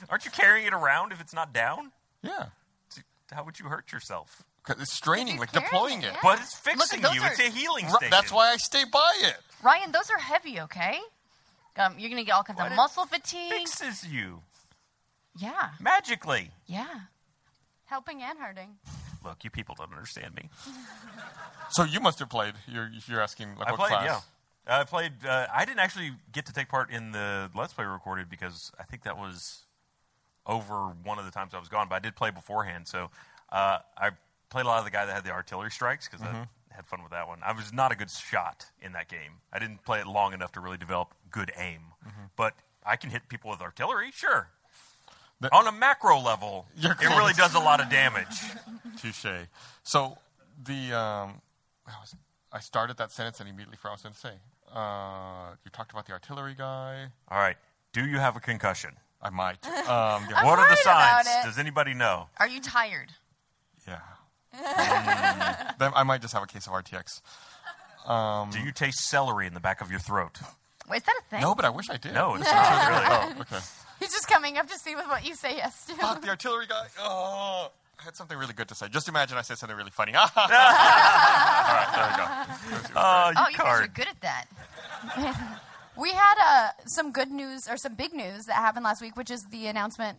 Aren't you carrying it around if it's not down? Yeah. How would you hurt yourself? 'Cause It's straining, you like carry deploying it, it. But it's fixing those you. are- It's a healing Ru- station. That's why I stay by it. Ryan, those are heavy. Okay, um, you're gonna get all kinds Why of did- muscle it fatigue. fixes you Yeah, magically. yeah. Helping and hurting. Look, you people don't understand me. So you must have played. You're, you're asking, like, I what played, class? yeah. I played. Uh, I didn't actually get to take part in the Let's Play recorded because I think that was over one of the times I was gone. But I did play beforehand, so uh, I played a lot of the guy that had the artillery strikes because Mm-hmm. I had fun with that one. I was not a good shot in that game. I didn't play it long enough to really develop good aim, Mm-hmm. but I can hit people with artillery, sure. The- On a macro level, You're it really close. does a lot of damage. Touche. So the um, I, was, I started that sentence and immediately forgot what I was going to say. Uh, you talked about the artillery guy. All right, do you have a concussion? I might. Um, the- what are the worried about signs? it. Does anybody know? Are you tired? yeah. Um, then I might just have a case of RTX. Do you taste celery in the back of your throat? Wait, is that a thing? No, but I wish I did. No, it's not really. Oh, okay. He's just coming up to see with what you say yes to. Fuck the artillery guy. Oh, I had something really good to say. Just imagine I said something really funny. Oh, Oh, you you guys are card. good at that. We had uh, some good news or some big news that happened last week, which is the announcement.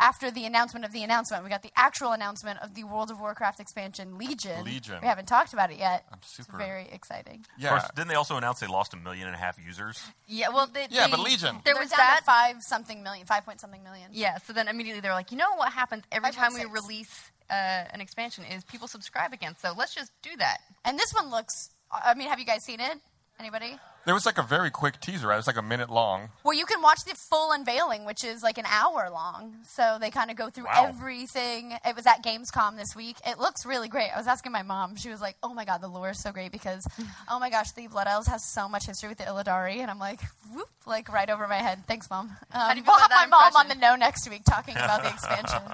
After the announcement of the announcement, we got the actual announcement of the World of Warcraft expansion Legion. Legion. We haven't talked about it yet. I'm super- It's very exciting. Of course, yeah. didn't they also announce they lost a million and a half users? Yeah, well, they, Yeah, they- but Legion. There They're was down that. to five something million, five point something million. Yeah, so then immediately they're like, you know what happens every Five point time we six. release uh, an expansion is people subscribe again. So let's just do that. And this one looks. I mean, have you guys seen it? Anybody? There was like a very quick teaser. Right? It was like a minute long. Well, you can watch the full unveiling, which is like an hour long. So they kind of go through Wow. everything. It was at Gamescom this week. It looks really great. I was asking my mom. She was like, "Oh my god, the lore is so great because, oh my gosh, the Blood Elves has so much history with the Illidari." And I'm like, "Whoop!" Like right over my head. Thanks, mom. Um, do you we'll feel have about my that mom on the impression? know next week talking about the expansion.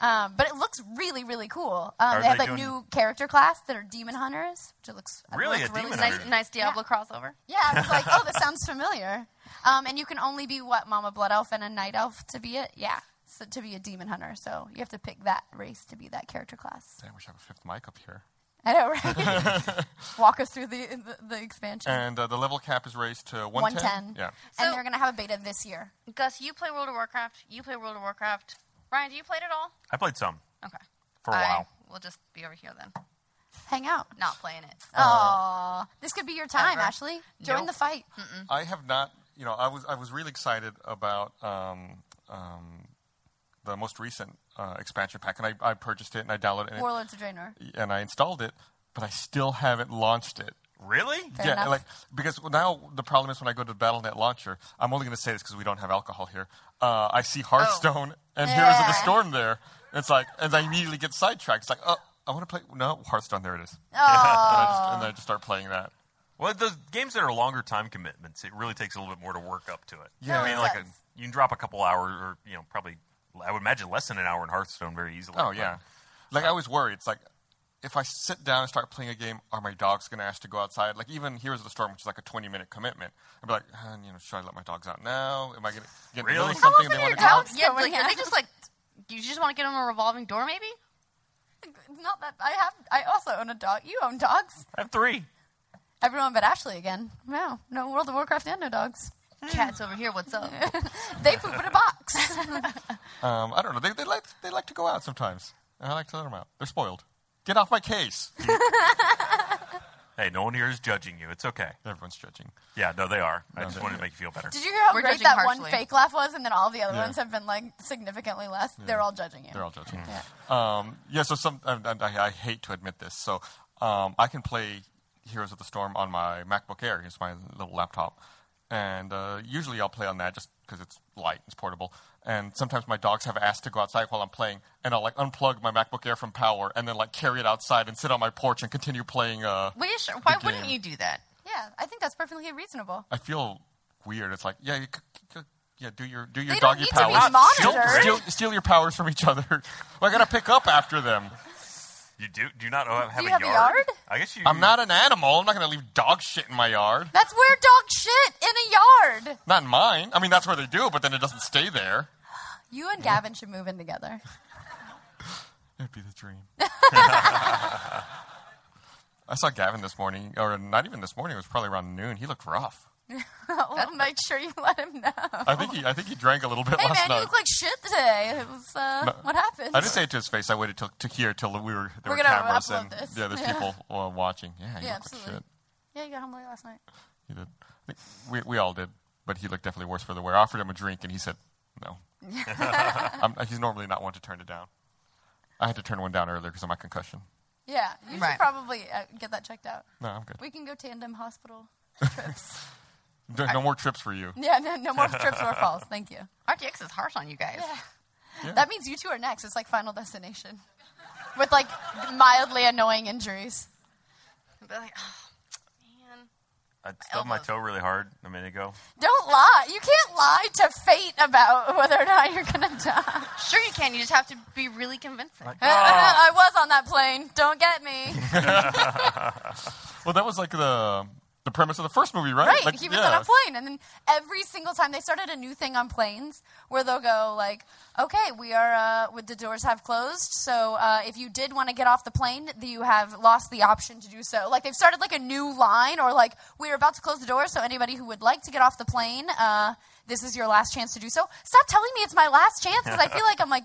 Um, but it looks really, really cool. Um, Are they have they like doing- new character class that are demon hunters, which it looks it Really? looks A really demon sick. Nice, Hundred. nice Diablo crossover. Yeah, I was like, oh, that sounds familiar. Um, and you can only be what Mama Blood Elf and a Night Elf to be it. Yeah, so to be a demon hunter. So you have to pick that race to be that character class. Damn, I wish I had a fifth mic up here. I know, right? Walk us through the the, the expansion. And uh, the level cap is raised to 110. 110. Yeah. And So- they're going to have a beta this year. Gus, you play World of Warcraft. You play World of Warcraft. Ryan, do you play it at all? I played some Okay. for a I while. will just be over here then, Hang out. not playing it. Aw. This could be your time, Ever. Ashley. Join Nope. the fight. I have not. You know, I was I was really excited about um, um, the most recent uh, expansion pack, and I, I purchased it and I downloaded it Warlords of Draenor. and I installed it, but I still haven't launched it. Really? Fair yeah, enough. like because now the problem is when I go to the BattleNet launcher, I'm only going to say this because we don't have alcohol here. Uh, I see Hearthstone and Heroes of the Oh. Yeah. Storm there. It's like, and I immediately get sidetracked. It's like, oh, I want to play. No, Hearthstone. There it is. And, I Oh, just, and I just start playing that. Well, the games that are longer time commitments, it really takes a little bit more to work up to it. Yeah. I mean, No, it like a, does. you can drop a couple hours, or you know, probably I would imagine less than an hour in Hearthstone very easily. Oh but- yeah, like I was worried. It's like if I sit down and start playing a game, are my dogs going to ask to go outside? Like even Heroes of the Storm, which is like a 20 minute commitment, I'd be like, uh, you know, should I let my dogs out now? Am I going to get in the middle Really? of How something and often they are want your to go? out? dogs- Yeah, going Oh, like, are on? they just like, you just want to get them a revolving door, maybe? not that I have. I also own a dog. You own dogs. I have three. Everyone but Ashley again. No, no World of Warcraft and no dogs. Cat's over here, what's up? They poop in a box. Um, I don't know. They, they like they like to go out sometimes. And I like to let them out. They're spoiled. Get off my case. Hey, no one here is judging you. It's okay. Everyone's judging. Yeah, no, they are. I No, just they- wanted to make you feel better. Did you hear how We're great judging that one harshly. fake laugh was, and then all the other Yeah. ones have been like significantly less? They're all judging you. They're all judging. Um, yeah, so some, and, and I, I hate to admit this. So um, I can play Heroes of the Storm on my MacBook Air. It's my little laptop. And uh, usually I'll play on that just because it's light, it's portable. And sometimes my dogs have asked to go outside while I'm playing, and I'll like unplug my MacBook Air from power, and then like carry it outside and sit on my porch and continue playing. Uh, Well, yeah, sure. Why The wouldn't game. you do that? Yeah, I think that's perfectly reasonable. I feel weird. It's like, yeah, you, c- c- c- yeah, do your do your They don't doggy need to be powers. steal, monitored. steal, steal your powers from each other. well, I gotta pick up after them. You do? Do you not uh, have, you a, have a yard? yard? I guess you. I'm not an animal. I'm not going to leave dog shit in my yard. That's where dog shit in a yard. Not in mine. I mean, that's where they do it, but then it doesn't stay there. You and Gavin should move in together. It'd be the dream. I saw Gavin this morning, or not even this morning. It was probably around noon. He looked rough. we'll make sure you let him know. I think he, I think he drank a little bit Hey last man, you night. look like shit today. It was uh, No. what happened. I didn't say it to his face. I waited till to hear till we were there We're were, gonna cameras upload and this. yeah, there's Yeah. people uh, watching. Yeah, you Yeah, look absolutely. like shit. yeah, you got home late last night. He did. I think we, we all did, but he looked definitely worse for the wear. I offered him a drink, and he said no. I'm, he's normally not one to turn it down. I had to turn one down earlier because of my concussion. Yeah, you should Right. probably uh, get that checked out. No, I'm good. We can go tandem hospital. No- no more trips for you. Yeah, no, no more trips or falls. Thank you. RTX is harsh on you guys. Yeah. That means you two are next. It's like Final Destination, with like mildly annoying injuries. They're like, oh, man. I stubbed my elbows. toe really hard a minute ago. Don't lie. You can't lie to fate about whether or not you're gonna die. Sure, you can. You just have to be really convincing. I was on that plane. Don't get me. Well, that was like the the premise of the first movie, right? Right. Like, he was yeah. on a plane. And then every single time they started a new thing on planes where they'll go like, okay, we are, uh, with the doors have closed. So, uh, if you did want to get off the plane, th- you have lost the option to do so. Like they've started like a new line or like, we're about to close the doors. So anybody who would like to get off the plane, uh, this is your last chance to do so. Stop telling me it's my last chance because I feel like I'm like,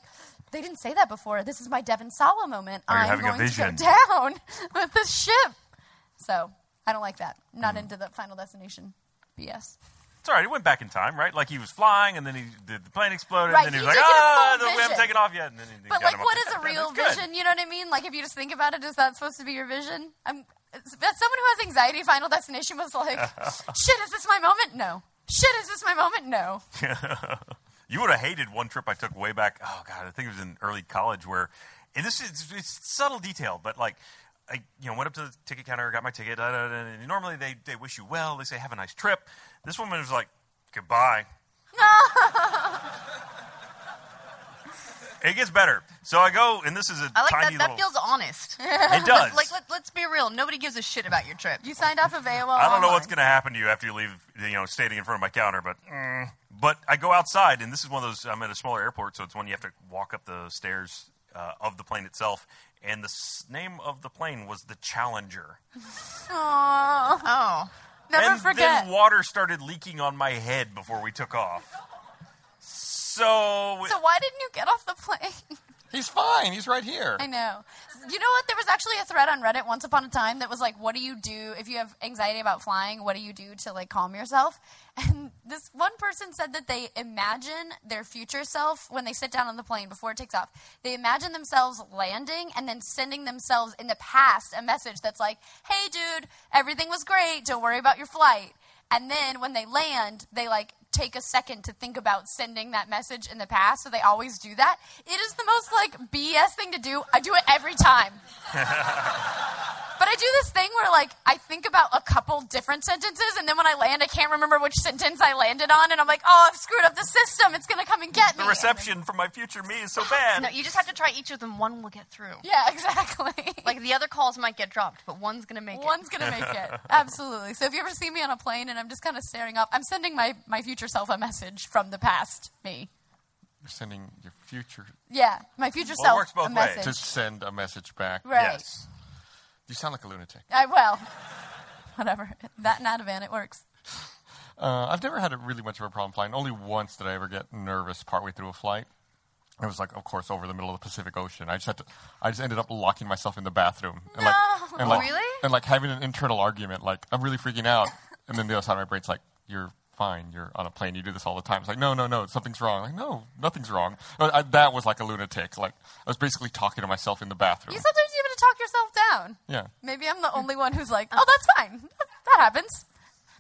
they didn't say that before. This is my Devin Sawa moment. Are you I'm having a going to go vision? down with this ship. So I don't like that. I'm Hmm. not into the Final Destination BS. It's all right. It went back in time, right? Like he was flying, and then he the, the plane exploded, Right, and then he he was like, did get a "Ah, full we haven't vision. taken off yet." And then he got But him like, up what and is a down. real It's good. vision? You know what I mean? Like, if you just think about it, is that supposed to be your vision? I'm it's- that someone who has anxiety. Final Destination was like, shit, is this my moment? No. Shit, is this my moment? No. You would have hated one trip I took way back. Oh god, I think it was in early college where, and this is it's subtle detail, but like. I you know went up to the ticket counter, got my ticket. Da, da, da, and normally they, they wish you well. They say have a nice trip. This woman was like goodbye. it gets better. So I go, and this is a I like tiny that. That little. feels honest. it does. like, let, let's be real. Nobody gives a shit about your trip. You signed off of AOL. I don't know what's going to happen to you after you leave, you know, standing in front of my counter, but mm. but I go outside, and this is one of those. I'm at a smaller airport, so it's one you have to walk up the stairs uh, of the plane itself. And the s- name of the plane was the Challenger. Aww. Oh. Never and forget. then water started leaking on my head before we took off. So, so why didn't you get off the plane? He's fine. He's right here. I know. You know what? There was actually a thread on Reddit once upon a time that was like, "What do you do if you have anxiety about flying? What do you do to like calm yourself?" And this one person said that they imagine their future self when they sit down on the plane before it takes off. They imagine themselves landing and then sending themselves in the past a message that's like, "Hey, dude, everything was great. Don't worry about your flight." And then when they land, they like take a second to think about sending that message in the past. So they always do that. It is the most like BS thing to do. I do it every time. but I do this thing where like I think about a couple different sentences, and then when I land, I can't remember which sentence I landed on, and I'm like, oh, I've screwed up the system. It's gonna come and get me. The reception from my future me is so bad. No, you just have to try each of them. One will get through. Yeah, exactly. Like the other calls might get dropped, but one's gonna make One's gonna make it. Absolutely. So if you ever see me on a plane and I'm just kind of staring up, I'm sending my, my future self a message from the past me. You're sending your future Yeah, my future Well, it self works both a ways. message. to send a message back. Right. Yes. You sound like a lunatic. I well, whatever. That and Ativan, it works. Uh, I've never had a really much of a problem flying. Only once did I ever get nervous partway through a flight. It was like, of course, over the middle of the Pacific Ocean. I just had to. I just ended up locking myself in the bathroom. And No. like, and like, Really? And like having an internal argument. Like I'm really freaking out. And then the other side of my brain's like, "You're fine. You're on a plane. You do this all the time." It's like, "No, no, no. Something's wrong." Like, "No, nothing's wrong." Uh, I, I- that was like a lunatic. Like I was basically talking to myself in the You bathroom. sometimes you have to talk yourself down. Yeah. Maybe I'm the only one who's like, oh, that's fine. That happens.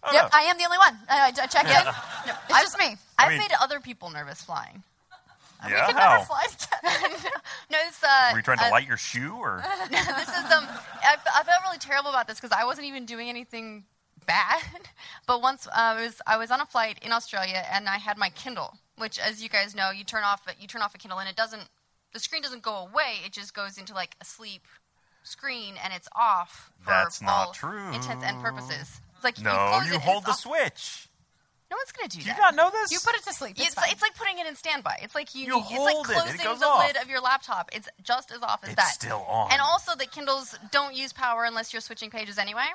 Oh, yep, no. I am the only one. I, I check in. it's just me. I've mean- made other people nervous flying. yeah. I could How? never fly together. No, it's uh, Were you trying to uh, light your shoe or? this is um, I, fe- I felt really terrible about this because I wasn't even doing anything bad. But once uh, it was, I was on a flight in Australia and I had my Kindle, which, as you guys know, you turn off you turn off a Kindle and it doesn't the screen doesn't go away. It just goes into like a sleep screen and it's off. For That's not all true. Intents and purposes. It's like you, No, close it you and hold it's the off. switch. No one's gonna do Do you that. not know this? You put it to sleep. It's, It's, fine. it's like putting it in standby. It's like you, You it's like hold it and it closing goes the off. lid of your laptop. It's just as off as It's that. still on. And also that Kindles don't use power unless you're switching pages anyway.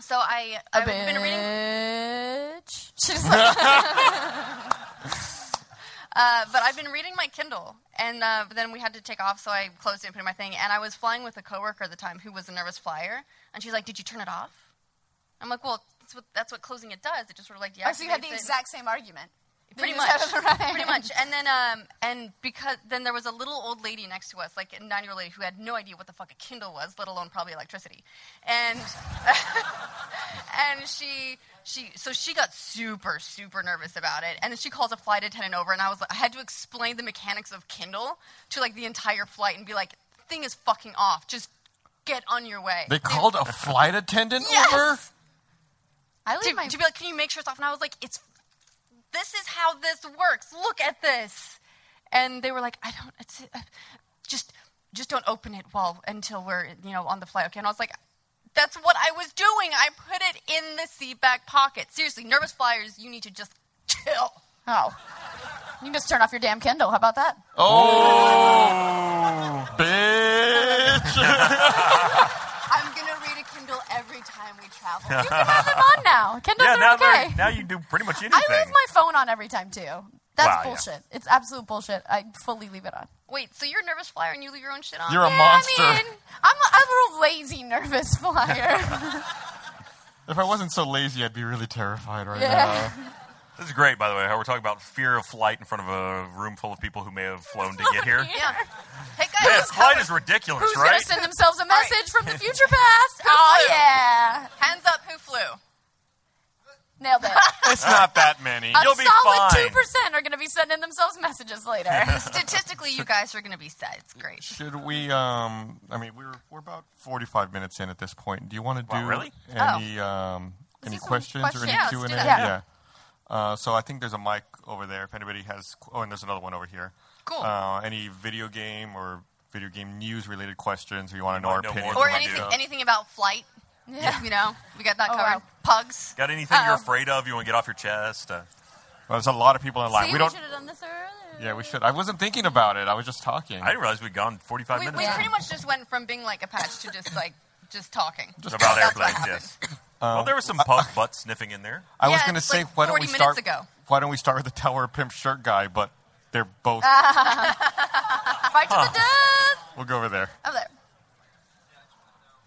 So I a I've been reading bitch. She's like, uh, but I've been reading my Kindle and uh, but then we had to take off so I closed it and put in my thing and I was flying with a coworker at the time who was a nervous flyer and she's like, "Did you turn it off?" I'm like, "Well, that's what, that's what closing it does. It just sort of like yeah." oh, so you had the exact same argument. pretty You much, just had- right. pretty much. And then, um, and because then there was a little old lady next to us, like a nine-year-old lady who had no idea what the fuck a Kindle was, let alone probably electricity, and and she she so she got super super nervous about it, and then she calls a flight attendant over, and I was like, I had to explain the mechanics of Kindle to like the entire flight and be like, thing is fucking off, just get on your way. They called a flight attendant Yes! over. I leave to, my. to be like, can you make sure it's off? And I was like, it's this is how this works. Look at this. And they were like, I don't. It's, uh, just just don't open it while until we're you know on the flight. Okay. And I was like. That's what I was doing. I put it in the seat back pocket. Seriously, nervous flyers, you need to just chill. oh, you can just turn off your damn Kindle. How about that? Oh, bitch! I'm gonna read a Kindle every time we travel. You can have them on now. Kindles yeah, are now, they're- okay. now you do pretty much anything. I leave my phone on every time too. That's Wow, yeah. bullshit. It's absolute bullshit. I fully leave it on. Wait, so you're a nervous flyer and you leave your own shit on? You're a Yeah, monster. I mean, I'm a, I'm a real lazy, nervous flyer. if I wasn't so lazy, I'd be really terrified right Yeah. now. This is great, by the way, how we're talking about fear of flight in front of a room full of people who may have flown to get here. yeah. Hey guys, This how- flight is ridiculous, Who's right? gonna send themselves a message from the future past? Who oh flew? yeah, hands up who flew? nailed it. it's not that many. A You'll be solid fine. two percent are gonna be sending themselves messages later. Statistically, you guys are going to be set. It's great. Should we? Um, I mean, we're we're about forty-five minutes in at this point. Do you want to Wow, do really? any um, do any some questions, or questions. any Yeah, let's Q do and A? that. Yeah. Uh, so I think there's a mic over there. If anybody has, qu- oh, and there's another one over here. Cool. Uh, any video game or video game news related questions, or you want to know might our know more opinion? Or than Yeah. anything, anything about flight. Yeah. You know, we got that Oh, covered. wow. Pugs. Got anything you're Uh-oh. afraid of you want to get off your chest? Uh, Well, there's a lot of people in line. See, we don't. should have done this earlier. Yeah, we should. I wasn't thinking about it. I was just talking. I didn't realize we'd gone 45 We, we minutes Yeah. pretty much just went from being like a patch to just like just talking. about That's what airplanes, yes. well, there was some pug butt sniffing in there. I was Yeah, going to it's say like why don't 40 we minutes start? ago. Why don't we start with the Tower Pimp Shirt guy? But they're both. Fight to the death. We'll go over there. Over there.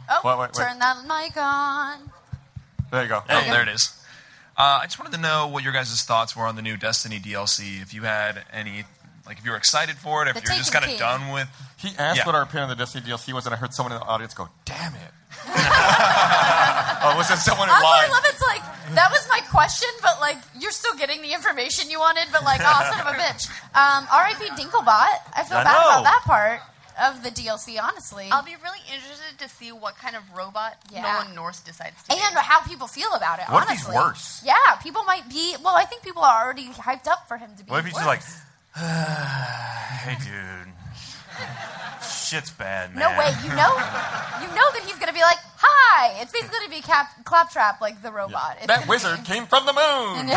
Oh, Wait, wait, wait. turn that mic on. There you go. Oh, there it is. Uh, I just wanted to know what your guys' thoughts were on the new Destiny DLC. If you had any, like, if you were excited for it, if The you're just Taken kind of King. done with. He asked Yeah. what our opinion on the Destiny DLC was, and I heard someone in the audience go, "Damn it!" oh, was it someone in That's what I line? love. It's like that was my question, but like you're still getting the information you wanted. But like, oh, son of a bitch. Um, R.I.P. Dinklebot. I feel I bad about know. that part of the DLC, honestly, I'll be really interested to see what kind of robot Yeah. Nolan Norse decides to be. and how people feel about it. What if he's honestly, worse? Yeah, people might be. Well, I think people are already hyped up for him to be. What if he's worse. just like, hey, dude, shit's bad, No man. way. You know, you know that he's gonna be like, "Hi." It's basically gonna be Cap- Claptrap, like the robot. It's That gonna wizard be- came from the moon.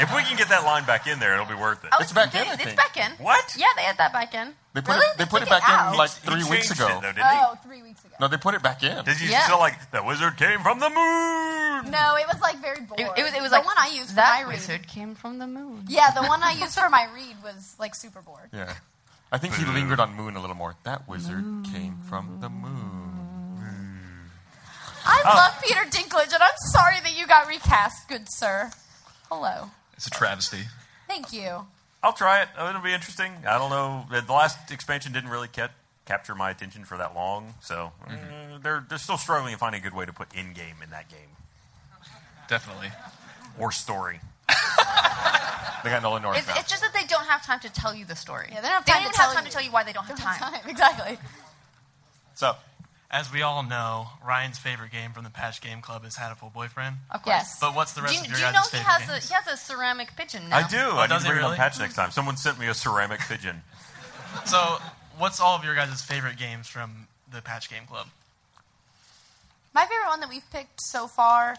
If we can get that line back in there, it'll be worth it. Oh, It's back in, I It's think. back in. What? Yeah, they had that back in. They put Really? it. They They put it took it back in out? like He three weeks changed ago. It, though, didn't Oh, three weeks ago. no, they put it back in. he? Did you Yeah. still like the wizard came from the moon? No, it was like very bored. It, it was. It was the like one I used for That my read. wizard came from the moon. Yeah, the one I used for my read was like super bored. Yeah. I think he lingered on moon a little more. That wizard came from the moon. I love Peter Dinklage, and I'm sorry that you got recast, good sir. Hello. It's a travesty. Thank you. I'll try it. Oh, It'll be interesting. I don't know. The the last expansion didn't really ca- capture my attention for that long, so uh, Mm-hmm. they're they're still struggling to find a good way to put in game in that game Definitely. or story. They got Nolan North It's, now. it's just that they don't have time to tell you the story. Yeah, they don't have time didn't to have tell time you. to tell you why they don't have time. Exactly. so, As we all know, Ryan's favorite game from the Patch Game Club is Had a Full Boyfriend. Of course. Yes. But what's the Do rest you, of your do you know guys' he favorite has a games? he has a ceramic pigeon now? I do. Oh, I need does to it bring it on really? patch next time. Someone sent me a ceramic pigeon. So, what's all of your guys' favorite games from the Patch Game Club? My favorite one that we've picked so far,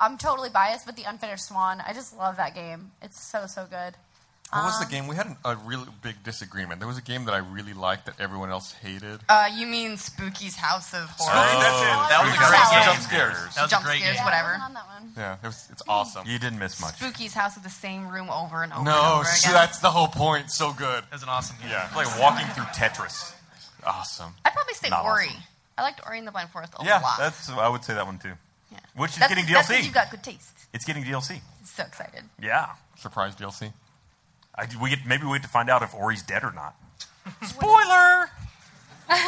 I'm totally biased, but The Unfinished Swan. I just love that game. It's so, so good. what Ah. was the game? We had an, a really big disagreement. There was a game that I really liked that everyone else hated. Uh, you mean Spooky's House of Oh, Horror? Spooky, that's it. That was a Spooky great House of game. Jump scares. That was Jump a great scares, game. what- Whatever. I wasn't on that one. Yeah, it was, it's awesome. You didn't miss much. Spooky's House of the same room over and over. and No, over see, again. that's the whole point. So good. It was an awesome game. Yeah. It's like walking through Tetris. Awesome. I'd probably say Not Ori. awesome. I liked Ori in the Blind Forest Oh, a Yeah, lot. that's. I would say that one too. yeah. Which is That's- getting that's 'cause DLC. You've got good taste. It's getting DLC. So excited. Yeah, Surprise DLC. I, we get maybe we get to find out if Ori's dead or not. Spoiler.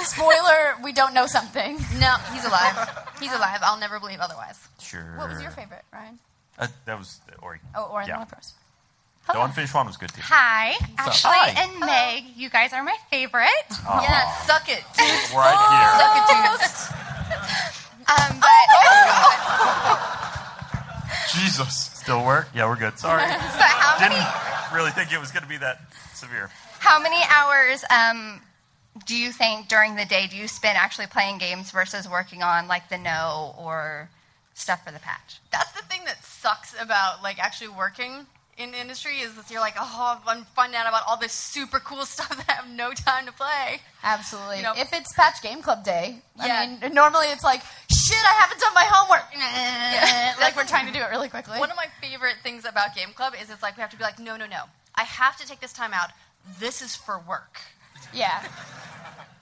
Spoiler, we don't know something. No, he's alive. he's alive. I'll never believe otherwise. Sure. What was your favorite, Ryan? Uh, that was uh, Ori. Oh, or in Yeah. the Lepros. The unfinished one was good too. Hi, Ashley Hi. and Meg. You guys are my favorite. Yeah, suck it. dude. Oh. Right suck it, dude. Um, but here. Jesus. Still work? Yeah, we're good. Sorry, but how many didn't really think it was going to be that severe. how many hours um, do you think during the day do you spend actually playing games versus working on like the no or stuff for the patch? That's the thing that sucks about like actually working in the industry is that you're like, oh, I'm finding out about all this super cool stuff that I have no time to play. Absolutely. You know- If it's Patch Game Club Day, Yeah. I mean, normally it's like, shit, I haven't done my homework. like That's- we're trying to do it really quickly. One of my favorite things about Game Club is it's like we have to be like, no, no, no. I have to take this time out. This is for work. yeah,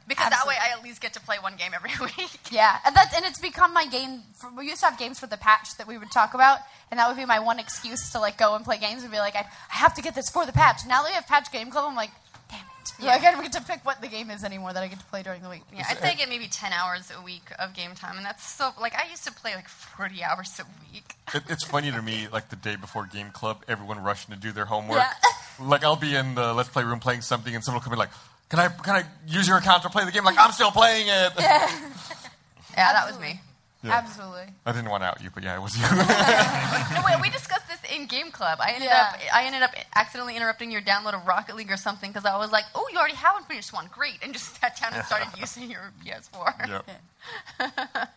Because that way I at least get to play one game every week. yeah, and that's and it's become my game. For, we used to have games for the patch that we would talk about, and that would be my one excuse to like go and play games and be like, I, I have to get this for the patch. Now that we have Patch Game Club, I'm like, damn it, like I don't get to pick what the game is anymore that I get to play during the week. Yeah, I'd say I get maybe 10 hours a week of game time. And that's so, like, I used to play like 40 hours a week. It, it's funny to me, like the day before game club, everyone rushing to do their homework. Yeah. Like I'll be in the let's play room playing something, and someone will come in like, "Can I can I use your account to play the game?" Like I'm still playing it. Yeah, that was me. Yeah. Absolutely. I didn't want to out you, but yeah, it was you. No, wait, we discussed this in Game Club. I ended Yeah. up I ended up accidentally interrupting your download of Rocket League or something because I was like, oh, you already have Unfinished Swan. Great. And just sat down and started using your PS4. yep. All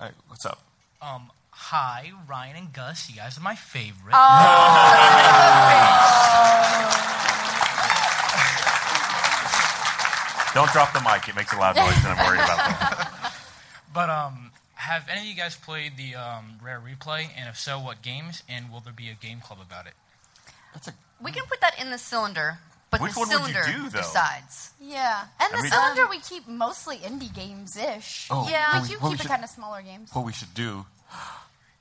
right, what's up? Um, hi, Ryan and Gus. You guys are my favorite. Uh. Don't drop the mic; it makes a loud noise, and I'm worried about that. But um, have any of you guys played the um, Rare Replay? And if so, what games? And will there be a game club about it? That's a We can put that in the cylinder But Which the one would you cylinder do, though? decides. Yeah, and the I mean- cylinder we keep mostly indie games ish. Oh, Yeah. what we we- do what we keep it should- kind of smaller games. What we should do,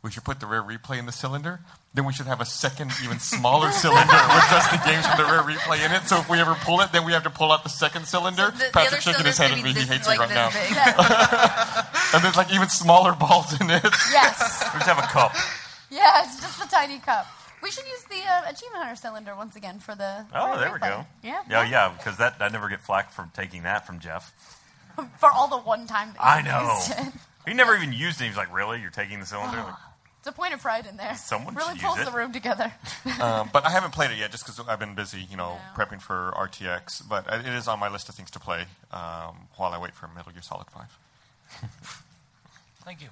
we should put the rare replay in the cylinder. Then we should have a second, even smaller cylinder with just the games with the rare replay in it. So if we ever pull it, then we have to pull out the second cylinder. The, the other Patrick's shaking his cylinder's head at gonna me. He be this- hates like me right this now. big. Yeah. And there's like even smaller balls in it. yes, We just have a cup. yeah, it's just the tiny cup. We should use the uh, achievement hunter cylinder once again for the. Oh, for there we replay. go. Yeah. Yeah, yeah, because that I never get flack from taking that from Jeff. For all the one time. That I you know. used it. He never even used it. He's like, really? You're taking the cylinder? Like, It's a point of pride in there. Someone really should pulls use it. the room together. Um, but I haven't played it yet, just because I've been busy, you know, Yeah. prepping for RTX. But it it is on my list of things to play um, while I wait for Metal Gear Solid Five. Thank you.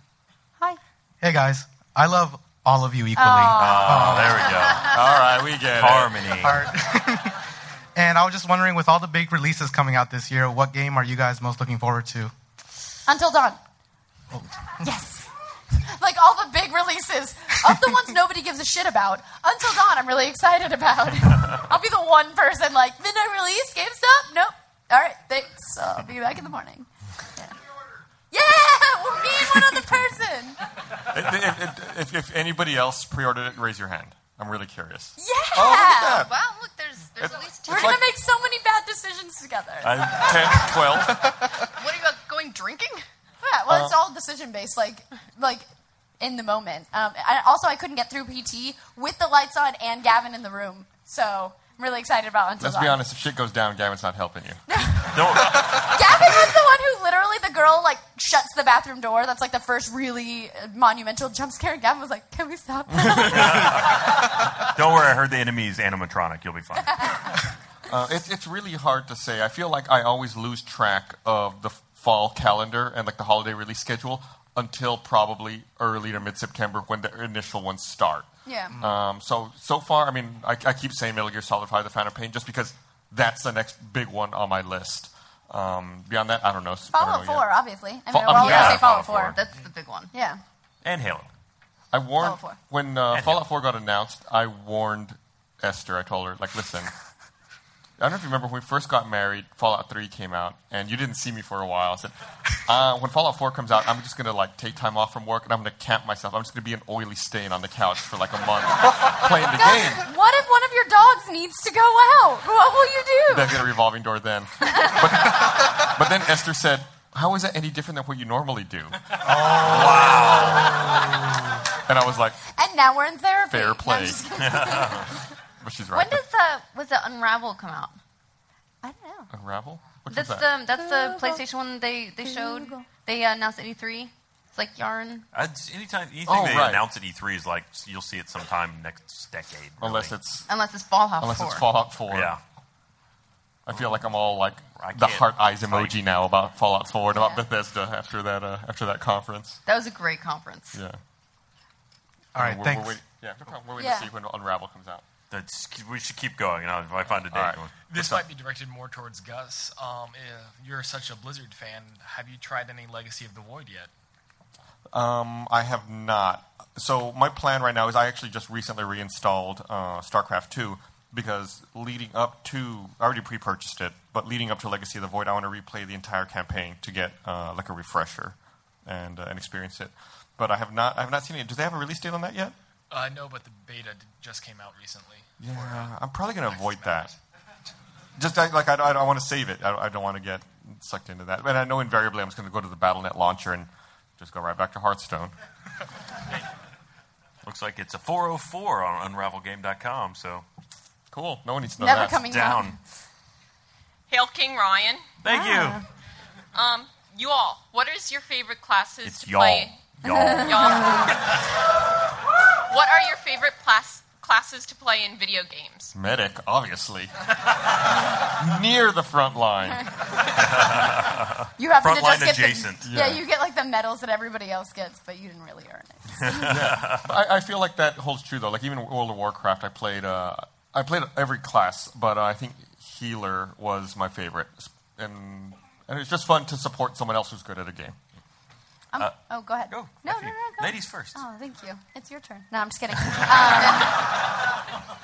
Hi. Hey guys, I love all of you equally. oh, there we go. All right, we get it. Harmony. Art. and I was just wondering, with all the big releases coming out this year, what game are you guys most looking forward to? Until Dawn. Oh. Yes. Like all the big releases of the ones nobody gives a shit about. Until Dawn, I'm really excited about. I'll be the one person like midnight release, GameStop. Nope. All right, thanks. I'll be back in the morning. Yeah, yeah we're me and one other person. Oh, It- it- it- if, if anybody else pre-ordered it, raise your hand. I'm really curious. Yeah. Oh, look at that. Wow, look, there's, there's at least two. We're What gonna like- make so many bad decisions together. I'm 10, 12. What are you uh, going drinking? Yeah, well, uh, it's all decision based, like like in the moment. Um, I, also, I couldn't get through PT with the lights on and Gavin in the room, so I'm really excited about Until Let's be Dawn. honest. If shit goes down, Gavin's not helping you. Don't, Gavin was the one who literally the girl like shuts the bathroom door. That's like the first really uh, monumental jump scare. And Gavin was like, "Can we stop?" don't worry. I heard the enemy's animatronic. You'll be fine. Uh, it's it's really hard to say. I feel like I always lose track of the fall calendar and like the holiday release schedule until probably early to mid September when the initial ones start. yeah. Um, so so far, I mean, I, I keep saying Metal Gear Solid Five: The Phantom Pain just because that's the next big one on my list. Um, beyond that, I don't know. I don't Fallout know Four, yet. obviously. I mean, Fall- we're all yeah, gonna say Fallout Fallout Four. That's the big one. Yeah. And Halo. I warned Fallout 4. when uh, And Fallout 4 got announced. I warned Esther. I told her, like, listen. I don't know if you remember when we first got married. Fallout 3 came out, and you didn't see me for a while. I said, uh, when Fallout 4 comes out, I'm just gonna like take time off from work, and I'm gonna camp myself. I'm just gonna be an oily stain on the couch for like a month playing the Guys, game. what if one of your dogs needs to go out? What will you do? They'll get a revolving door then. But, but then Esther said, "How is that any different than what you normally do?" Oh wow! And I was like, and now we're in therapy. Fair No, I'm play. just kidding. "But she's right." When does the was the Unravel come out? I don't know. Unravel? What That's was that? the that's the PlayStation one they they showed. They uh, announced at E3. It's like yarn. I just- anytime anything Oh, they right. announce at E3 is like you'll see it sometime next decade. really. Unless it's Unless it's Fallout unless 4. it's Fallout 4. yeah. I feel like I'm all like I the can't heart eyes emoji fight. now about Fallout 4 and about Yeah. Bethesda after that uh, after that conference. That was a great conference. Yeah. All right, Uh, we're, thanks. We're waiting, yeah, no problem. We're waiting Yeah. to see when Unravel comes out. That's, we should keep going. And I'll, if I find a date, All right. This might be directed more towards Gus. Um, eh, you're such a Blizzard fan. Have you tried any Legacy of the Void yet? Um, I have not. So my plan right now is I actually just recently reinstalled uh, StarCraft 2 because leading up to I already pre-purchased it, but leading up to Legacy of the Void, I want to replay the entire campaign to get uh, like a refresher and uh, and experience it. But I have not I have not seen it. Do they have a release date on that yet? Uh, no, but the beta d- just came out recently. Yeah, I'm probably going to avoid that. Just I, like I, I, want to save it. I, I don't want to get sucked into that. But I know invariably I'm just going to go to the BattleNet launcher and just go right back to Hearthstone. looks like it's a 404 on unravelgame.com. So Cool. No one needs to know Never that. coming out. down. Hail King Ryan. Thank you. Um, you all, what is your favorite classes It's to y'all. play? Y'all. Y'all. what are your favorite plas- classes to play in video games? Medic, obviously. Near the front line. You happen to Frontline just get adjacent. The, yeah. Yeah. you get like the medals that everybody else gets, but you didn't really earn it. I, I feel like that holds true though. Like even World of Warcraft, I played. Uh, I played every class, but uh, I think healer was my favorite, and and it's just fun to support someone else who's good at a game. Um, oh, go ahead. Uh, Go. No, no, After no, you. go. Ladies first. Oh, thank you. It's your turn. No, I'm just kidding. Um,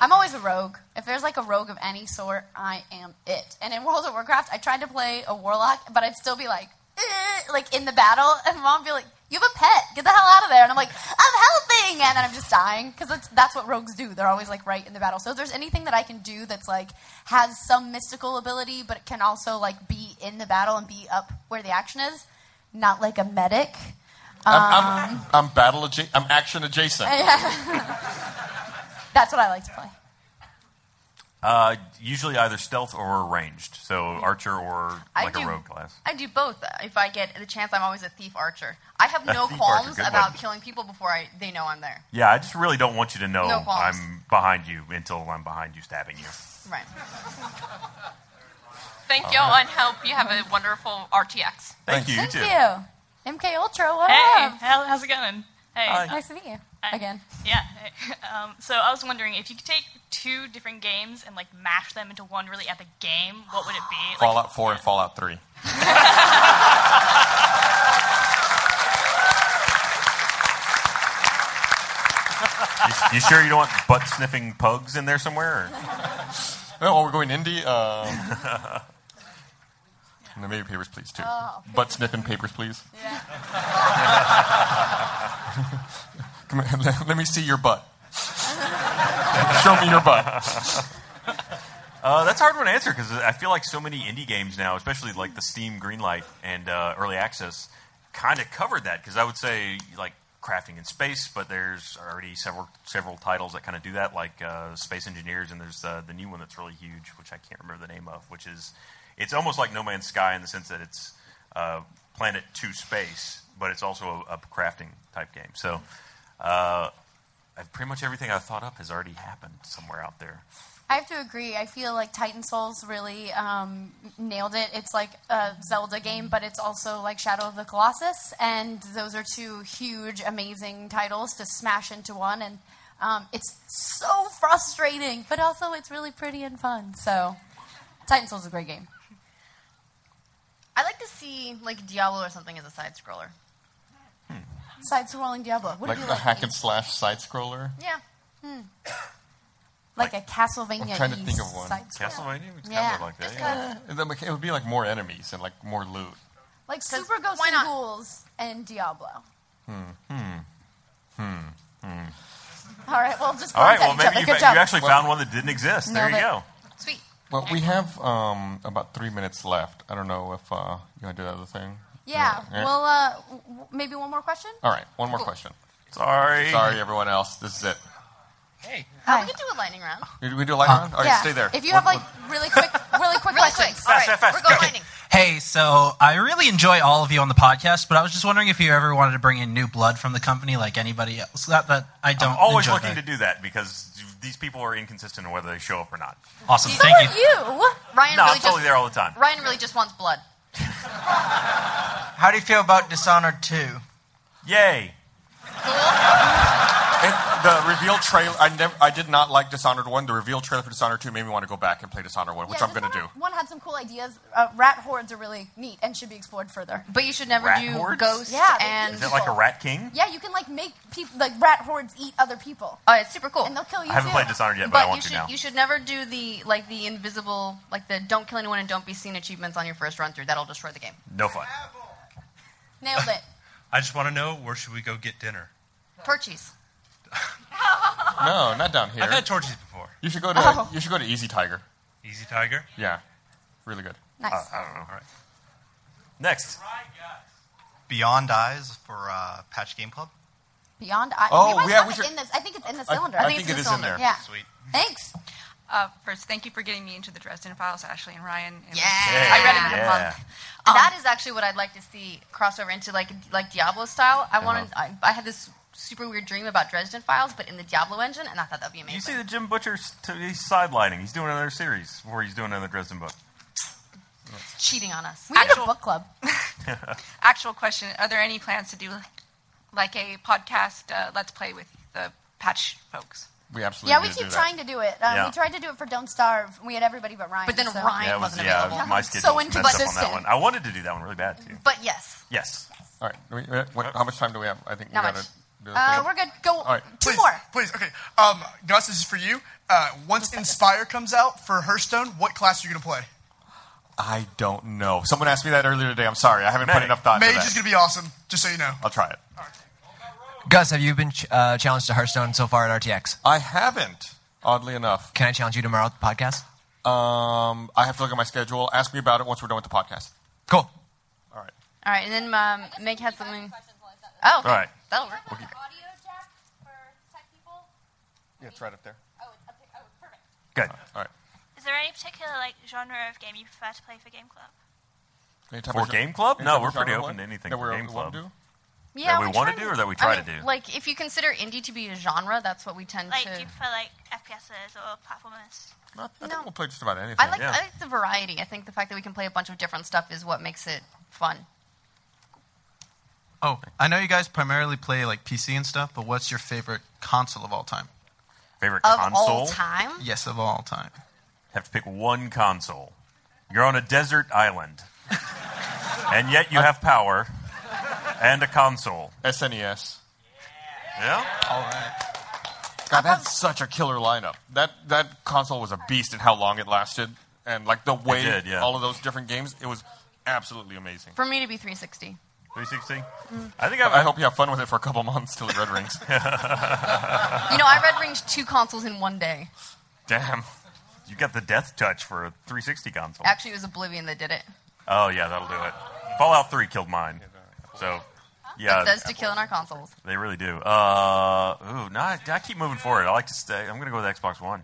I'm always a rogue. If If there's like a rogue of any sort, I am it. And in World of Warcraft, I tried to play a warlock, but I'd still be like, "Eh," like in the battle, and mom would be like, "You have a pet, get the hell out of there!" And I'm like, "I'm helping," and then I'm just dying because that's, that's what rogues do. They're always like right in the battle. So if there's anything that I can do that's like has some mystical ability, but it can also like be in the battle and be up where the action is, not like a medic. I'm, I'm, I'm battle adjacent. I'm action adjacent. that's what I like to play. Uh, usually either stealth or ranged, so archer or I like do- a rogue class. I do both. uh, If I get the chance, I'm always a thief archer. I have A no thief archer, qualms good about one. killing people before I, they know I'm there. Yeah, I just really don't want you to know No qualms. I'm behind you until I'm behind you stabbing you. Right. Thank you all and hope you have a wonderful RTX. Thank you, you Thank too. you, MK Ultra. What Hey, up? how, how's it going? Hey, Nice to meet you Hi. again. yeah. hey. Um, so I was wondering if you could take two different games and like mash them into one really epic game, what would it be? Like, Fallout 4 and Fallout 3. You sure you don't want butt sniffing pugs in there somewhere? Or? Oh, we're going indie. Um, and then maybe papers, please too. Oh, Butt sniffing papers, please. Come here, let, let me see your butt. Show me your butt. Uh, that's a hard one to answer because I feel like so many indie games now, especially like the Steam Greenlight and uh, Early Access, kind of covered that. Because I would say like crafting in space, but there's already several several titles that kind of do that, like uh, Space Engineers, and there's uh, the new one that's really huge, which I can't remember the name of, which is it's almost like No Man's Sky in the sense that it's uh, planet to space, but it's also a, a crafting type game. So. Uh, I've- pretty much everything I thought up has already happened somewhere out there. I have to agree. I feel like Titan Souls really um, nailed it. It's like a Zelda game, but it's also like Shadow of the Colossus, and those are two huge, amazing titles to smash into one. And um, it's so frustrating, but also it's really pretty and fun. So, Titan Souls is a great game. I like to see like Diablo or something as a side scroller. Side-scrolling Diablo. What Like do you a like? hack and slash side scroller. Yeah. like a Castlevania. I'm trying to think ease of one. side-scroller. Castlevania was Yeah. kind of like that. Just yeah. kinda- And then It would be like more enemies and like more loot. Like Super Ghosts why and not? Ghouls and Diablo. Hmm. Hmm. All right, well, just All right, glance well, at maybe each you, other. Good fa- job. you actually found one that didn't exist. No, there you but- go. Sweet. Well, we have um, about three minutes left. I don't know if uh, you want to do that other thing. Yeah. Yeah. Well, uh, w- w- maybe one more question. All right, one Oh. more question. Sorry. Sorry, everyone else. This is it. Hey. Uh, we can do a lightning round. We- We do a light round? All right, yeah. stay there. If you One- have like really quick, really quick questions. All right, we're going lightning. Hey, so I really enjoy all of you on the podcast, but I was just wondering if you ever wanted to bring in new blood from the company, like anybody else. Not that I don't. I'm always enjoy looking that. to do that because these people are inconsistent in whether they show up or not. Awesome, So thank you. are Ryan you. No, really I'm totally just there all the time. Ryan really just wants blood. How do you feel about Dishonored 2? Yay. And the reveal trailer. I never. I did not like Dishonored one. The reveal trailer for Dishonored two made me want to go back and play Dishonored one, which Yeah, I'm going to do. Dishonored One had some cool ideas. Uh, rat hordes are really neat and should be explored further. But you should never Rat do hordes? ghosts Yeah, they- and Is it like a rat king? Yeah, you can like make people like rat hordes eat other people, Oh, it's super cool. and they'll kill you. I haven't too. played Dishonored yet, but, I but want you to should now. you should never do the like the invisible like the don't kill anyone and don't be seen achievements on your first run through. That'll destroy the game. No fun. Nailed it. I just want to know where should we go get dinner? Perchies. No, not down here. I've had torches before. you should go to. Oh. You should go to Easy Tiger. Easy Tiger. Yeah, really good. Nice. Uh, I don't know. All right. Next. Beyond Eyes for uh, Patch Game Club. Beyond. I- Oh, we were yeah, talking we should- in this. I think it's in the I- cylinder. I think it is in there. Yeah. Sweet. Thanks. Uh, first, thank you for getting me into the Dresden Files, Ashley and Ryan. It was- Yeah. I read it in a Yeah. month. that is actually what I'd like to see crossover into like like Diablo style. Uh-huh. I wanted I, I had this super weird dream about Dresden Files, but in the Diablo engine, and I thought that'd be amazing. You see the Jim Butcher's t- he's sidelining. He's doing another series where he's doing another Dresden book. cheating on us. We need a Actual- book club. Actual question: Are there any plans to do like a podcast uh, let's play with the patch folks? We absolutely. Yeah, we need to keep do that. trying to do it. Um, Yeah. We tried to do it for Don't Starve. We had everybody but Ryan. But then so. Ryan Yeah, it was, wasn't yeah, available. my So schedule so messed up on inconsistent. that one. I wanted to do that one really bad too. But yes, Yes. All right. we- we- what- how much time do we have? I think Not we got much. to do this. Uh, again. we're good. Go right. two please, more. Please, okay. Um, Gus, this is for you. Uh, once Inspire comes out for Hearthstone, what class are you going to play? I don't know. Someone asked me that earlier today. I'm sorry. I haven't put enough thought Mage into that. is going to be awesome, just so you know. I'll try it. Gus, have you been ch- uh, challenged to Hearthstone so far at RTX? I haven't, oddly enough. Can I challenge you tomorrow at the podcast? Um, I have to look at my schedule. Ask me about it once we're done with the podcast. Cool. All right. All right, and then um, Meg had something. Oh, okay. All right. That'll work. Yeah, it's right up there. perfect. Good. All right. Is there any particular like genre of game you prefer to play for Game Club? Anytime For we're- Game Club? anytime No, we're genre pretty one? open to anything That for we're Game open Club. to? Yeah, that we we want try to do or that we try I mean, to do? Like, if you consider indie to be a genre, that's what we tend Like, to. do you prefer like FPSs or platformers? I think we'll play just about anything. I like I like the variety. I think the fact that we can play a bunch of different stuff is what makes it fun. Oh, I know you guys primarily play like PC and stuff, but what's your favorite console of all time? Favorite Of console? all time? Yes, of all time. Have to pick one console. You're on a desert island, and yet you have power and a console. SNES. Yeah. All right. God, that's such a killer lineup. That that console was a beast in how long it lasted, and like the way did, yeah. all of those different games, it was absolutely amazing. For me to be 360. 360. Mm. I think I, hope you have fun with it for a couple months till it red rings. You know, I red ringed two consoles in one day. Damn. You got the death touch for a 360 console. Actually, it was Oblivion that did it. Oh yeah, that'll do it. Fallout 3 killed mine. So, yeah. it does to kill in our consoles. They really do. Uh, ooh, no, I, I keep moving forward. I like to stay. I'm going to go with Xbox One.